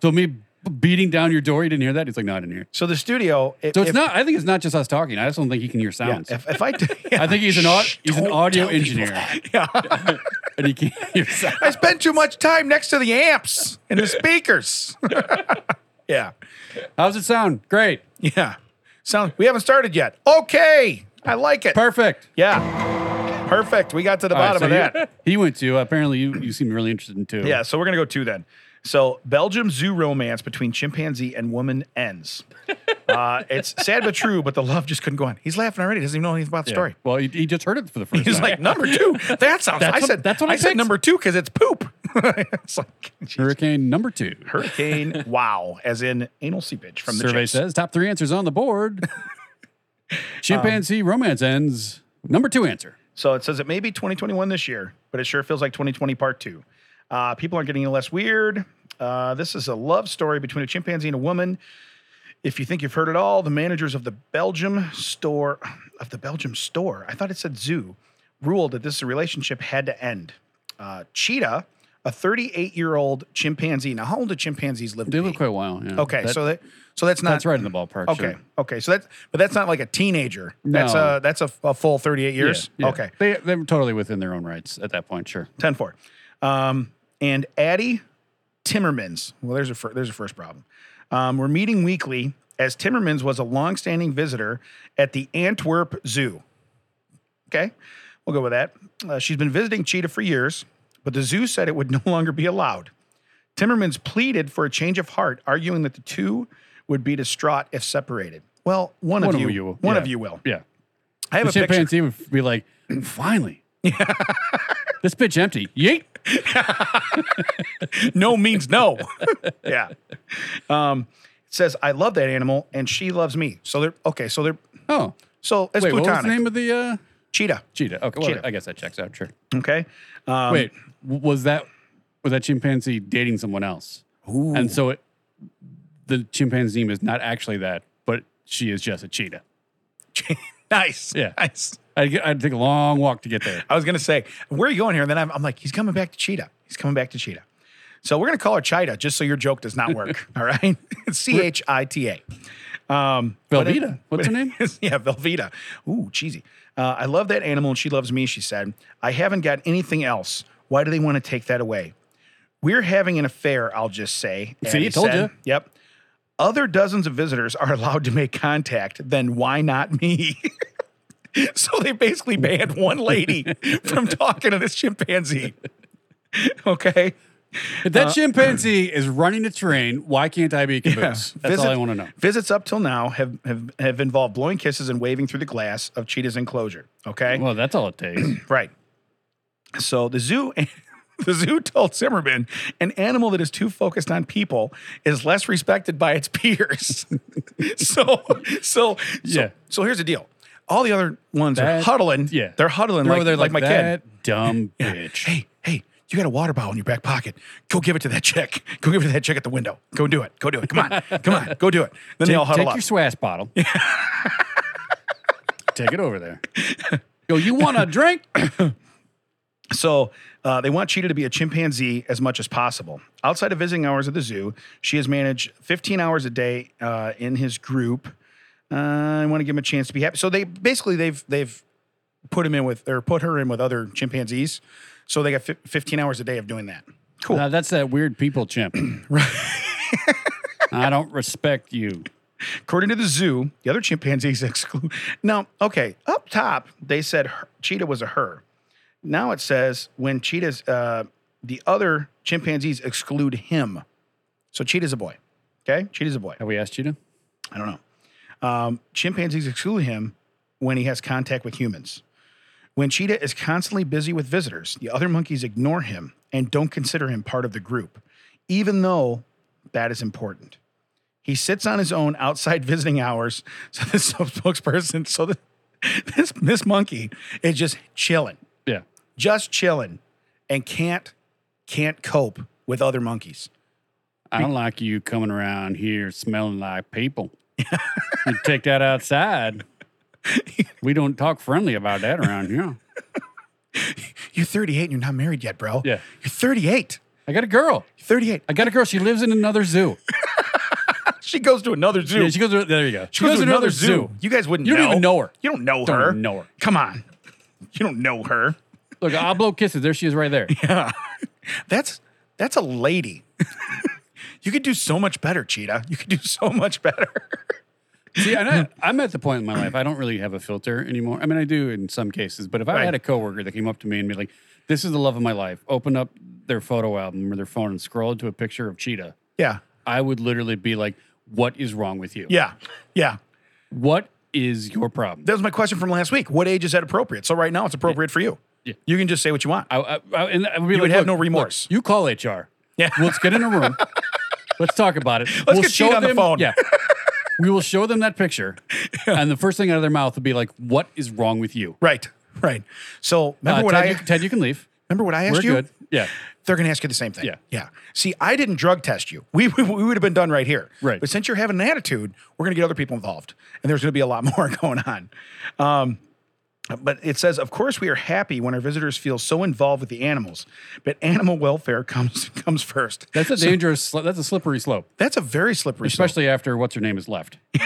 A: so me b- beating down your door. You didn't hear that? He's like, no, I didn't hear. it."
B: So the studio. If,
A: So it's
B: if-
A: not. I think it's not just us talking. I just don't think he can hear sounds.
B: If, if I,
A: I think he's an au- he's an
B: don't
A: audio
B: tell people
A: engineer
B: yeah,
A: and he can't hear sounds.
B: I spend too much time next to the amps and the speakers. yeah,
A: How's it sound? Great.
B: yeah. Sound. We haven't started yet. Okay, I like it.
A: Perfect.
B: Yeah. Perfect. We got to the
A: All right,
B: bottom
A: so
B: of
A: you-
B: that.
A: He went to. Apparently, you you seem really interested in two.
B: Yeah, so we're gonna go two then. So Belgium zoo romance between chimpanzee and woman ends. Uh, it's sad but true, but the love just couldn't go on. He's laughing already. He doesn't even know anything about the
A: Yeah.
B: story.
A: Well, he, he just heard it for the first
B: He's
A: time.
B: like number two. That sounds.
A: That's
B: I
A: what-
B: said
A: that's what I
B: said
A: picked.
B: number two because it's poop. it's like geez.
A: Hurricane number two.
B: hurricane. wow, as in anal seepage from the
A: Survey
B: chimps.
A: says top three answers on the board. Chimpanzee
B: Um,
A: romance ends. Number two answer.
B: So it says it may be 2021 this year, but it sure feels like 2020 part two. Uh, people aren't getting any less weird. Uh, this is a love story between a chimpanzee and a woman. If you think you've heard it all, the managers of the Belgium store of the Belgium store, I thought it said zoo, ruled that this relationship had to end. Uh, Cheetah, a 38 year old chimpanzee. Now, how old do chimpanzees live? to
A: They
B: be?
A: live quite a while. Yeah.
B: Okay,
A: That-
B: so that so that's not
A: that's right in the ballpark.
B: Okay,
A: sure.
B: okay, so that's but that's not like a teenager. That's
A: No.
B: a that's a, a full 38
A: Yeah,
B: years.
A: yeah.
B: Okay,
A: They, they're totally within their own rights at that point. Sure.
B: 10 4. Um, and Addie Timmermans, well, there's a, fir- there's a first problem. Um, we're meeting weekly as Timmermans was a longstanding visitor at the Antwerp Zoo. Okay, we'll go with that. Uh, she's been visiting Cheetah for years, but the zoo said it would no longer be allowed. Timmermans pleaded for a change of heart, arguing that the two would be distraught if separated. Well, one, of you, one
A: yeah.
B: of you will.
A: Yeah.
B: I have
A: The
B: a picture.
A: chimpanzee would be like, finally. this bitch empty. Yeet.
B: no means no. yeah. Um, it says I love that animal and she loves me. So they're okay. So they're
A: Oh.
B: so it's
A: Wait, what was
B: plutonic.
A: the name of the uh,
B: Cheetah.
A: cheetah? Okay. Well,
B: Cheetah.
A: I guess that checks out. Sure.
B: Okay. Um,
A: Wait, w- was that was that chimpanzee dating someone else? And so it, the chimpanzee name is not actually that, but she is just a cheetah.
B: nice.
A: Yeah.
B: Nice.
A: I'd, get- I'd take a long walk to get there.
B: I was gonna say where are you going here, and then I'm, I'm like he's coming back to Cheetah. He's coming back to Cheetah. So we're gonna call her Chita just so your joke does not work. all right. C H I T A. Um, but it-
A: Velveeta. What's her name?
B: yeah, Velveeta. Ooh, cheesy. Uh, I love that animal and she loves me, she said. I haven't got anything else. Why do they want to take that away? We're having an affair, I'll just say.
A: See,
B: Addie
A: I told
B: said.
A: ya.
B: Yep. Other dozens of visitors are allowed to make contact, then why not me? so they basically banned one lady from talking to this chimpanzee. Okay.
A: If
B: Uh,
A: that chimpanzee is running a train, why can't I be a caboose? That's all I
B: Visit-
A: want to know.
B: Visits up till now have, have, have involved blowing kisses and waving through the glass of Cheetah's enclosure. Okay.
A: Well, that's all it takes.
B: Right. So the zoo, the zoo told Zimmerman, an animal that is too focused on people is less respected by its peers. so, so,
A: Yeah.
B: So, so here's the deal. All the other ones are
A: That-
B: huddling.
A: yeah.
B: They're huddling
A: They're
B: like,
A: over there
B: like, my
A: that
B: kid.
A: dumb bitch.
B: Hey, hey, you got a water bottle in your back pocket. Go give it to that chick. Go give it to that chick at the window. Go do it. Go do it. Come on. Come on. Go do it. Then they all
A: take
B: huddle
A: take
B: up.
A: your swass bottle. take it over there. Yo, you want a drink?
B: So uh, they want Cheetah to be a chimpanzee as much as possible. Outside of visiting hours at the zoo, she has managed 15 hours a day uh, in his group. Uh, I want to give him a chance to be happy. So they basically they've they've put him in with or put her in with other chimpanzees. So they got fif- 15 hours a day of doing that. Cool.
A: Now, Uh, that's that weird people chimp. I don't respect you.
B: According to the zoo, the other chimpanzees exclude. Now, okay, up top they said her, cheetah was a her. Now it says when cheetahs, uh, the other chimpanzees exclude him. So cheetah's a boy. Okay, cheetah's a boy.
A: Have we asked you to?
B: I don't know. Um, chimpanzees exclude him when he has contact with humans. When cheetah is constantly busy with visitors, the other monkeys ignore him and don't consider him part of the group, even though that is important. He sits on his own outside visiting hours, so this spokesperson, so that this this monkey is just chilling,
A: Yeah.
B: just chilling, and can't can't cope with other monkeys.
A: I don't like you coming around here smelling like people. you take that outside. We don't talk friendly about that around here.
B: You're 38 and you're not married yet, bro.
A: Yeah.
B: You're 38.
A: I got a girl.
B: 38.
A: I got a girl. She lives in another zoo.
B: She goes to another zoo.
A: Yeah, she goes. To, there you go. She, goes, to another zoo.
B: You guys wouldn't.
A: You don't even know her.
B: You don't know
A: Don't
B: her.
A: even know her.
B: Come on. You don't know her.
A: Look, I'll blow kisses. There she is, right there.
B: That's that's a lady. you could do so much better, Cheetah. You could do so much better.
A: See, and I, I'm at the point in my life I don't really have a filter anymore. I mean, I do in some cases, but if I
B: Right.
A: had a coworker that came up to me and be like, "This is the love of my life," open up their photo album or their phone and scroll to a picture of Cheetah,
B: Yeah.
A: I would literally be like, "What is wrong with you?
B: Yeah. Yeah.
A: What is your problem?"
B: That was my question from last week. What age is that appropriate? So right now it's appropriate for you.
A: Yeah.
B: You can just say what you want.
A: I, I, I, and I would be like,
B: You would have
A: "Look,
B: no
A: look,
B: remorse."
A: you call HR.
B: Yeah.
A: let's get in a room. let's talk about it. Let's
B: get Cheetah on the phone.
A: Yeah. We will show them that picture, and the first thing out of their mouth will be like, "What is wrong with you?"
B: right. Right. So remember
A: Uh,
B: what
A: Ted,
B: I
A: you, Ted, you can leave.
B: remember what I asked
A: We're
B: you.
A: good. Yeah.
B: They're going to ask you the same thing.
A: Yeah.
B: Yeah. See, I didn't drug test you. We, we, we would have been done right here.
A: Right.
B: But since you're having an attitude, we're going to get other people involved. And there's going to be a lot more going on. Um, But it says, of course, we are happy when our visitors feel so involved with the animals, but animal welfare comes comes first.
A: That's a dangerous. sli- that's a slippery slope,
B: That's a very slippery slope.
A: especially after what's her name is left.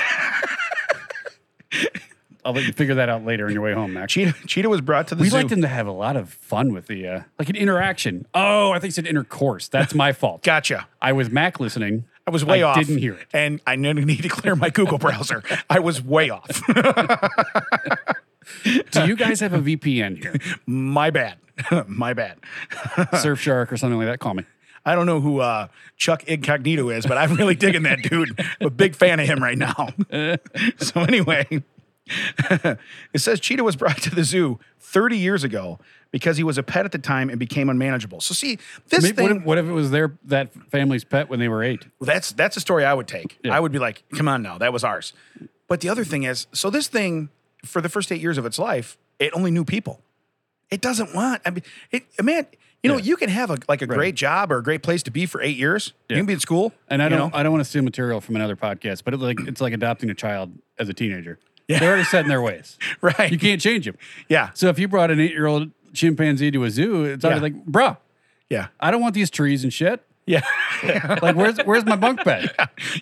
A: I'll let you figure that out later on your way home, Max.
B: Cheetah, Cheetah was brought to the
A: we
B: zoo.
A: like them to have a lot of fun with the uh, like an interaction. Oh, I think it's an intercourse. That's my fault.
B: gotcha.
A: I was Mac listening.
B: I was way off.
A: Didn't hear it.
B: And I knew- need to clear my Google browser. I was way off.
A: Do you guys have a VPN here?
B: my bad. my bad.
A: Surfshark or something like that? Call me.
B: I don't know who uh, Chuck Incognito is, but I'm really digging that dude. I'm a big fan of him right now. so anyway, it says Cheetah was brought to the zoo 30 years ago because he was a pet at the time and became unmanageable. So see, this
A: Maybe- what,
B: thing
A: if, what if it was their that family's pet when they were eight?
B: that's that's a story I would take.
A: Yeah.
B: I would be like, come on now, that was ours. But the other thing is, so this thing for the first eight years of its life, it only knew people. It doesn't want. I mean, it man, you know,
A: Yeah.
B: you can have a like a great job or a great place to be for eight years. You
A: Yeah.
B: can be in school,
A: And I
B: you
A: don't
B: know?
A: I don't want to steal material from another podcast, but it like it's like adopting a child as a teenager. They're already set in their ways.
B: Right.
A: You can't change them.
B: Yeah.
A: So if you brought an eight year old chimpanzee to a zoo, it's already
B: Yeah.
A: like, bruh,
B: Yeah.
A: I don't want these trees and shit.
B: Yeah.
A: Like where's where's my bunk bed?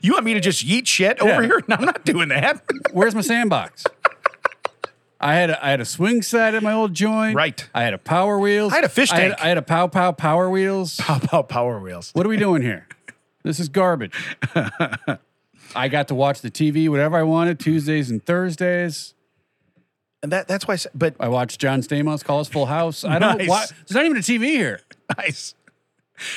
B: you want me to just yeet shit over
A: Yeah.
B: here? No, I'm not doing that.
A: Where's my sandbox? I had a, I had a swing set at my old joint.
B: Right.
A: I had a power wheels.
B: I had a fish
A: I had,
B: tank.
A: I had a pow pow power wheels.
B: How about Power Wheels?
A: What are we doing here? This is garbage. I got to watch the TV whatever I wanted Tuesdays and Thursdays.
B: And that, that's why I said, but
A: I watched John Stamos call us Full House. I don't
B: Nice.
A: know why. There's not even a TV here.
B: nice.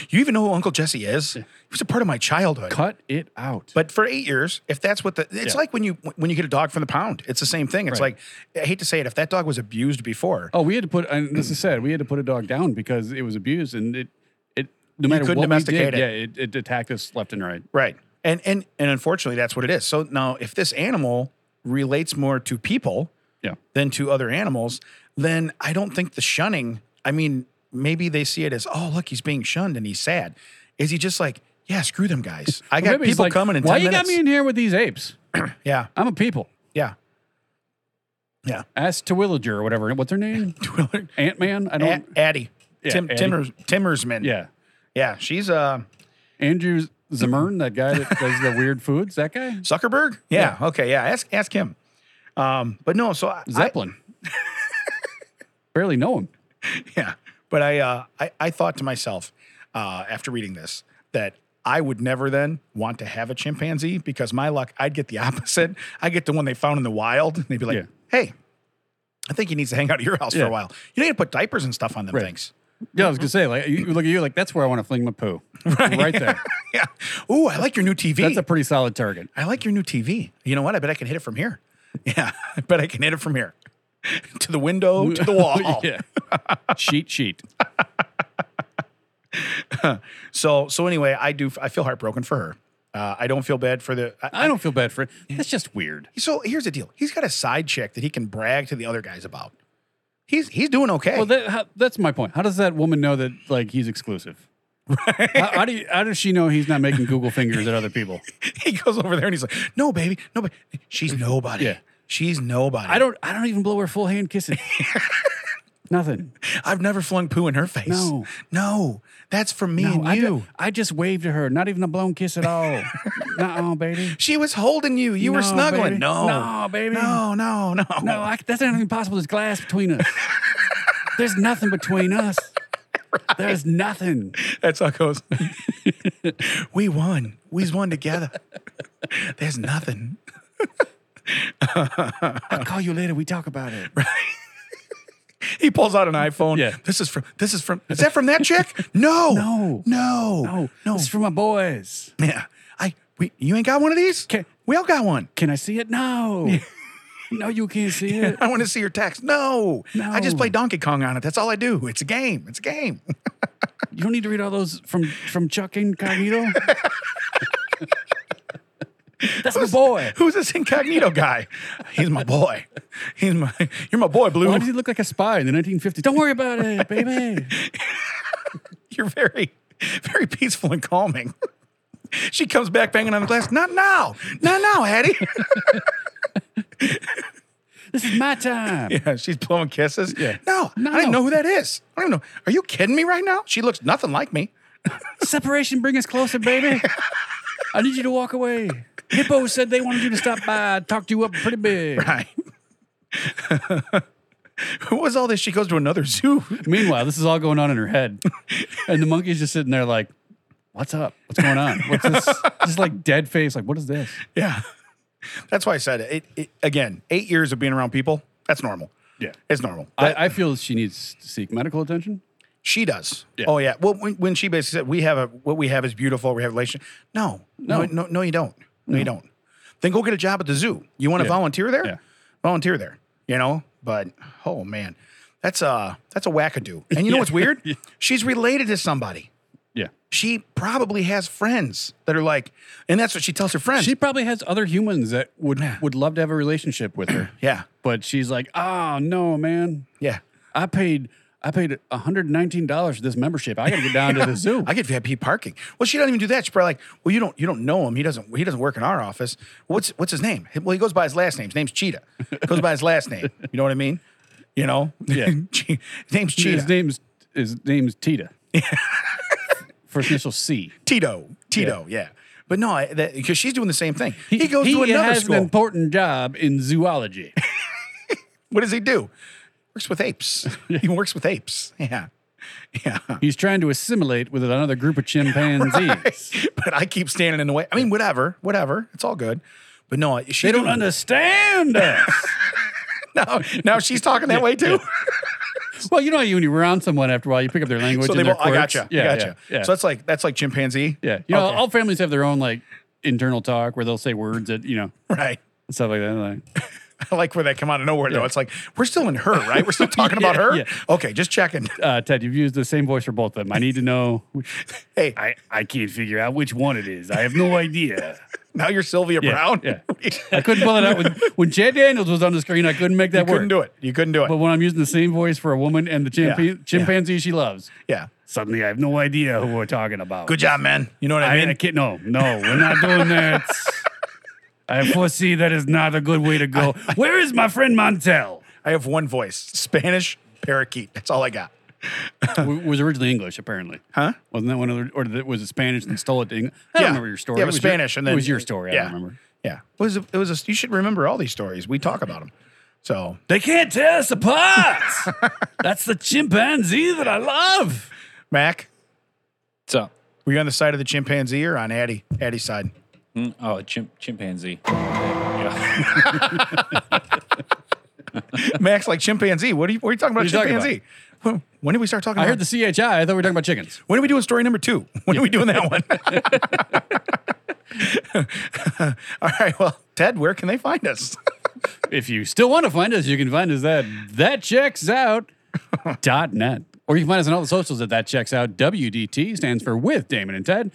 B: You even know who Uncle Jesse is? He was a part of my childhood.
A: Cut it out.
B: But for eight years, if that's what the it's like when you when you get a dog from the pound, it's the same thing. It's
A: Right.
B: like I hate to say it, if that dog was abused before,
A: oh, we had to put. And this is sad. We had to put a dog down because it was abused, and it it no matter
B: couldn't
A: what
B: domesticate
A: we
B: it.
A: did, yeah, it, it attacked us left and right.
B: right? And and and unfortunately, that's what it is. So now, if this animal relates more to people
A: Yeah.
B: than to other animals, then I don't think the shunning. I mean, maybe they see it as oh look, he's being shunned and he's sad. Is he just like yeah, screw them guys? I got
A: Maybe he's
B: people
A: like,
B: coming in
A: Why
B: ten
A: you
B: minutes.
A: got me in here with these apes?
B: yeah,
A: I'm a people.
B: yeah, yeah.
A: Ask Twillager or whatever. What's her name? Ant Man. I
B: A-
A: don't.
B: Addie,
A: Yeah,
B: Tim
A: Addie.
B: Timmers, Timmersman.
A: yeah.
B: yeah. She's uh
A: Andrew Zimmern, that guy that does the weird foods, that guy?
B: Zuckerberg? Yeah. Okay. Yeah. Ask ask him. Um, but no. So I,
A: Zeppelin. Barely know him.
B: I- yeah. But I, uh, I I thought to myself uh, after reading this that I would never then want to have a chimpanzee because my luck I'd get the opposite. I get the one they found in the wild. And they'd be like,
A: Yeah.
B: Hey, I think he needs to hang out at your house for
A: Yeah.
B: a while. You need to put diapers and stuff on them things.
A: Yeah, I was gonna say, like you you look at you like that's where I want to fling my poo. Right, there.
B: Yeah. Ooh, I like your new TV.
A: That's a pretty solid target.
B: I like your new TV. You know what? I bet I can hit it from here. Yeah, I bet I can hit it from here. to the window, to the wall.
A: yeah. Sheet sheet.
B: So so anyway, I do. I feel heartbroken for her. Uh, I don't feel bad for the. I,
A: I don't feel bad for it. That's just weird.
B: so here's the deal. He's got a side chick that he can brag to the other guys about. He's he's doing okay.
A: Well, that, how, that's my point. How does that woman know that like he's exclusive? Right. How, how do you, how does she know he's not making Google fingers at other people?
B: he goes over there and he's like, "No, baby, nobody. She's nobody.
A: Yeah.
B: She's nobody.
A: I don't I don't even blow her full hand kisses. Nothing.
B: I've never flung poo in her face.
A: No.
B: no. That's for me
A: No,
B: and
A: I,
B: you.
A: ju- I just waved to her. Not even a blown kiss at all. Not all, baby.
B: she was holding you. You were
A: No,
B: snuggling.
A: baby.
B: No,
A: No, baby.
B: No, no, no,
A: No, I, that's not even possible. There's glass between us. There's nothing between us. There's nothing.
B: That's how it goes. we won. We won together. There's nothing.
A: I'll call you later. We talk about it.
B: He pulls out an iPhone.
A: Yeah.
B: This is from this is from is that from that chick? No.
A: No.
B: No.
A: No,
B: No.
A: It's for my boys.
B: yeah. I we you ain't got one of these?
A: Can-
B: we all got one.
A: Can I see it? No. No, you can't see it.
B: I want to see your text. No. I just
A: No.
B: play Donkey Kong on it. That's all I do. It's a game. It's a game.
A: You don't need to read all those from from Chuck Incognito. That's my boy.
B: Who's this incognito guy? He's my boy. He's my you're my boy, Blue.
A: Why does he look like a spy in the 1950s? Don't worry about it, baby.
B: You're very, very peaceful and calming. She comes back banging on the glass. Not now. Not now, Addie.
A: This is my time.
B: Yeah, she's blowing kisses.
A: Yeah.
B: No, I don't
A: No.
B: even know who that is. I don't even know. Are you kidding me right now? She looks nothing like me.
A: Separation, bring us closer, baby. I need you to walk away. Hippo said they wanted you to stop by. I talked you up pretty big.
B: Right. Who was all this? She goes to another zoo.
A: Meanwhile, this is all going on in her head. And the monkey's just sitting there like, what's up? What's going on? What's this? Just like dead face. Like, what is this?
B: Yeah. That's why I said it. It, it. Again, eight years of being around people, that's normal.
A: Yeah.
B: It's normal. That-
A: I, I feel she needs to seek medical attention.
B: she does.
A: Yeah.
B: Oh, yeah. Well, when, when she basically said, we have a, what we have is beautiful, we have a relationship. No, no, no, no, you don't. No, you don't. Then go get a job at the zoo. You want to
A: Yeah.
B: volunteer there?
A: Yeah.
B: Volunteer there, you know? But, oh, man. That's a, that's a wackadoo. And you know what's weird? She's related to somebody.
A: Yeah.
B: She probably has friends that are like, and that's what she tells her friends.
A: She probably has other humans that would would love to have a relationship with her.
B: yeah.
A: But she's like, oh no, man.
B: Yeah.
A: I paid I paid $119 for this membership. I gotta get down to the zoo.
B: I get VIP parking. Well, she doesn't even do that. She's probably like, well, you don't you don't know him. He doesn't he doesn't work in our office. What's what's his name? Well, he goes by his last name. His name's Cheetah. Goes by his last name. You know what I mean? You know?
A: Yeah.
B: Che- his name's Cheetah.
A: His name's his name's Tita. First initial C.
B: Tito. Tito. Yeah. But no, because she's doing the same thing. He, goes to
A: he
B: another
A: has
B: school.
A: an important job in zoology.
B: what does he do? Works with apes. he works with apes. Yeah. Yeah.
A: He's trying to assimilate with another group of chimpanzees.
B: But I keep standing in the way. I mean, whatever, whatever. It's all good. But no, she
A: They don't understand us.
B: Now, now she's talking that way too.
A: well, you know, how you when you're around someone after a while, you pick up their language.
B: so
A: and
B: they
A: their
B: will. I
A: quirks.
B: gotcha.
A: Yeah,
B: I gotcha.
A: Yeah, yeah.
B: So that's like that's like chimpanzee.
A: yeah. You know,
B: Okay.
A: all families have their own like internal talk where they'll say words that you know
B: Right.
A: stuff like that. Like,
B: I like where they come out of nowhere though. It's like we're still in her, right? We're still talking about
A: Yeah,
B: her.
A: yeah.
B: Okay, just checking.
A: uh, Ted, you've used the same voice for both of them. I need to know. Which,
B: Hey,
A: I I can't figure out which one it is. I have no idea.
B: now you're Sylvia
A: Yeah,
B: Brown.
A: yeah.
B: you
A: I couldn't pull that out when, when Chad Daniels was on the screen. I couldn't make that work.
B: couldn't do it. You couldn't do it.
A: But when I'm using the same voice for a woman and the chimp-
B: Yeah, yeah.
A: chimpanzee she loves,
B: yeah.
A: suddenly I have no idea who we're talking about.
B: Good job, man. You know what I,
A: I,
B: mean?
A: I can't. No, no, we're not doing that. I foresee that is not a good way to go. Where is my friend Montel?
B: I have one voice: Spanish parakeet. That's all I got.
A: W- was originally English, apparently. Huh? Wasn't that one of the, or th- was it Spanish and stole it to England? I
B: Yeah.
A: don't remember your story.
B: Yeah, it was
A: your-
B: Spanish, and then
A: it was your story. I
B: Yeah.
A: don't remember.
B: Yeah. It was a, it was a, you should remember all these stories. We talk about them. So
A: They can't tear us apart. That's the chimpanzee that I love.
B: Mac,
C: So,
B: were you on the side of the chimpanzee or on Addie? Addie's side.
C: mm, oh, chimp, chimpanzee.
B: Max like chimpanzee. What are you, what are you talking about?
A: What are you talking about?
B: chimpanzee. When, when did we start talking?
A: I
B: about
A: heard the CHI. I thought we were talking about chickens.
B: When are we doing story number two? When are we doing that one? All right. Well, Ted, where can they find us?
A: If you still want to find us, you can find us at thatchecksout.net. Or you can find us on all the socials at That Checks Out. WDT stands for with Damon and Ted.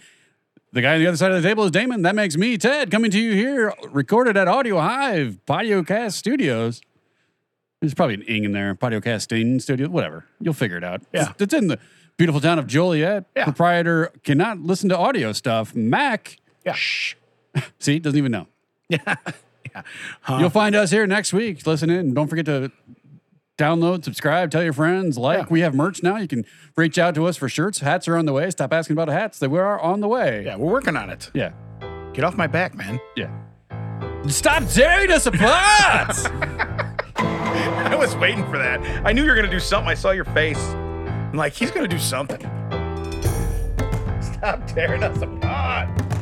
A: The guy on the other side of the table is Damon. That makes me Ted coming to you here, recorded at Audio Hive, Podcast Studios. There's probably an ing in there, Podcasting Studio, whatever. You'll figure it out.
B: Yeah.
A: It's, it's in the beautiful town of Joliet.
B: Yeah.
A: Proprietor cannot listen to audio stuff. Mac,
B: Yeah.
A: see, doesn't even know.
B: Yeah.
A: You'll find us here next week. Listen in. Don't forget to download, subscribe, tell your friends, like.
B: Yeah.
A: We have merch now. You can reach out to us for shirts. Hats are on the way. Stop asking about hats. They are on the way.
B: Yeah. We're working on it.
A: Yeah.
B: Get off my back, man.
A: Yeah. Stop tearing us apart.
B: I was waiting for that. I knew you were going to do something. I saw your face. I'm like, he's going to do something. Stop tearing us apart.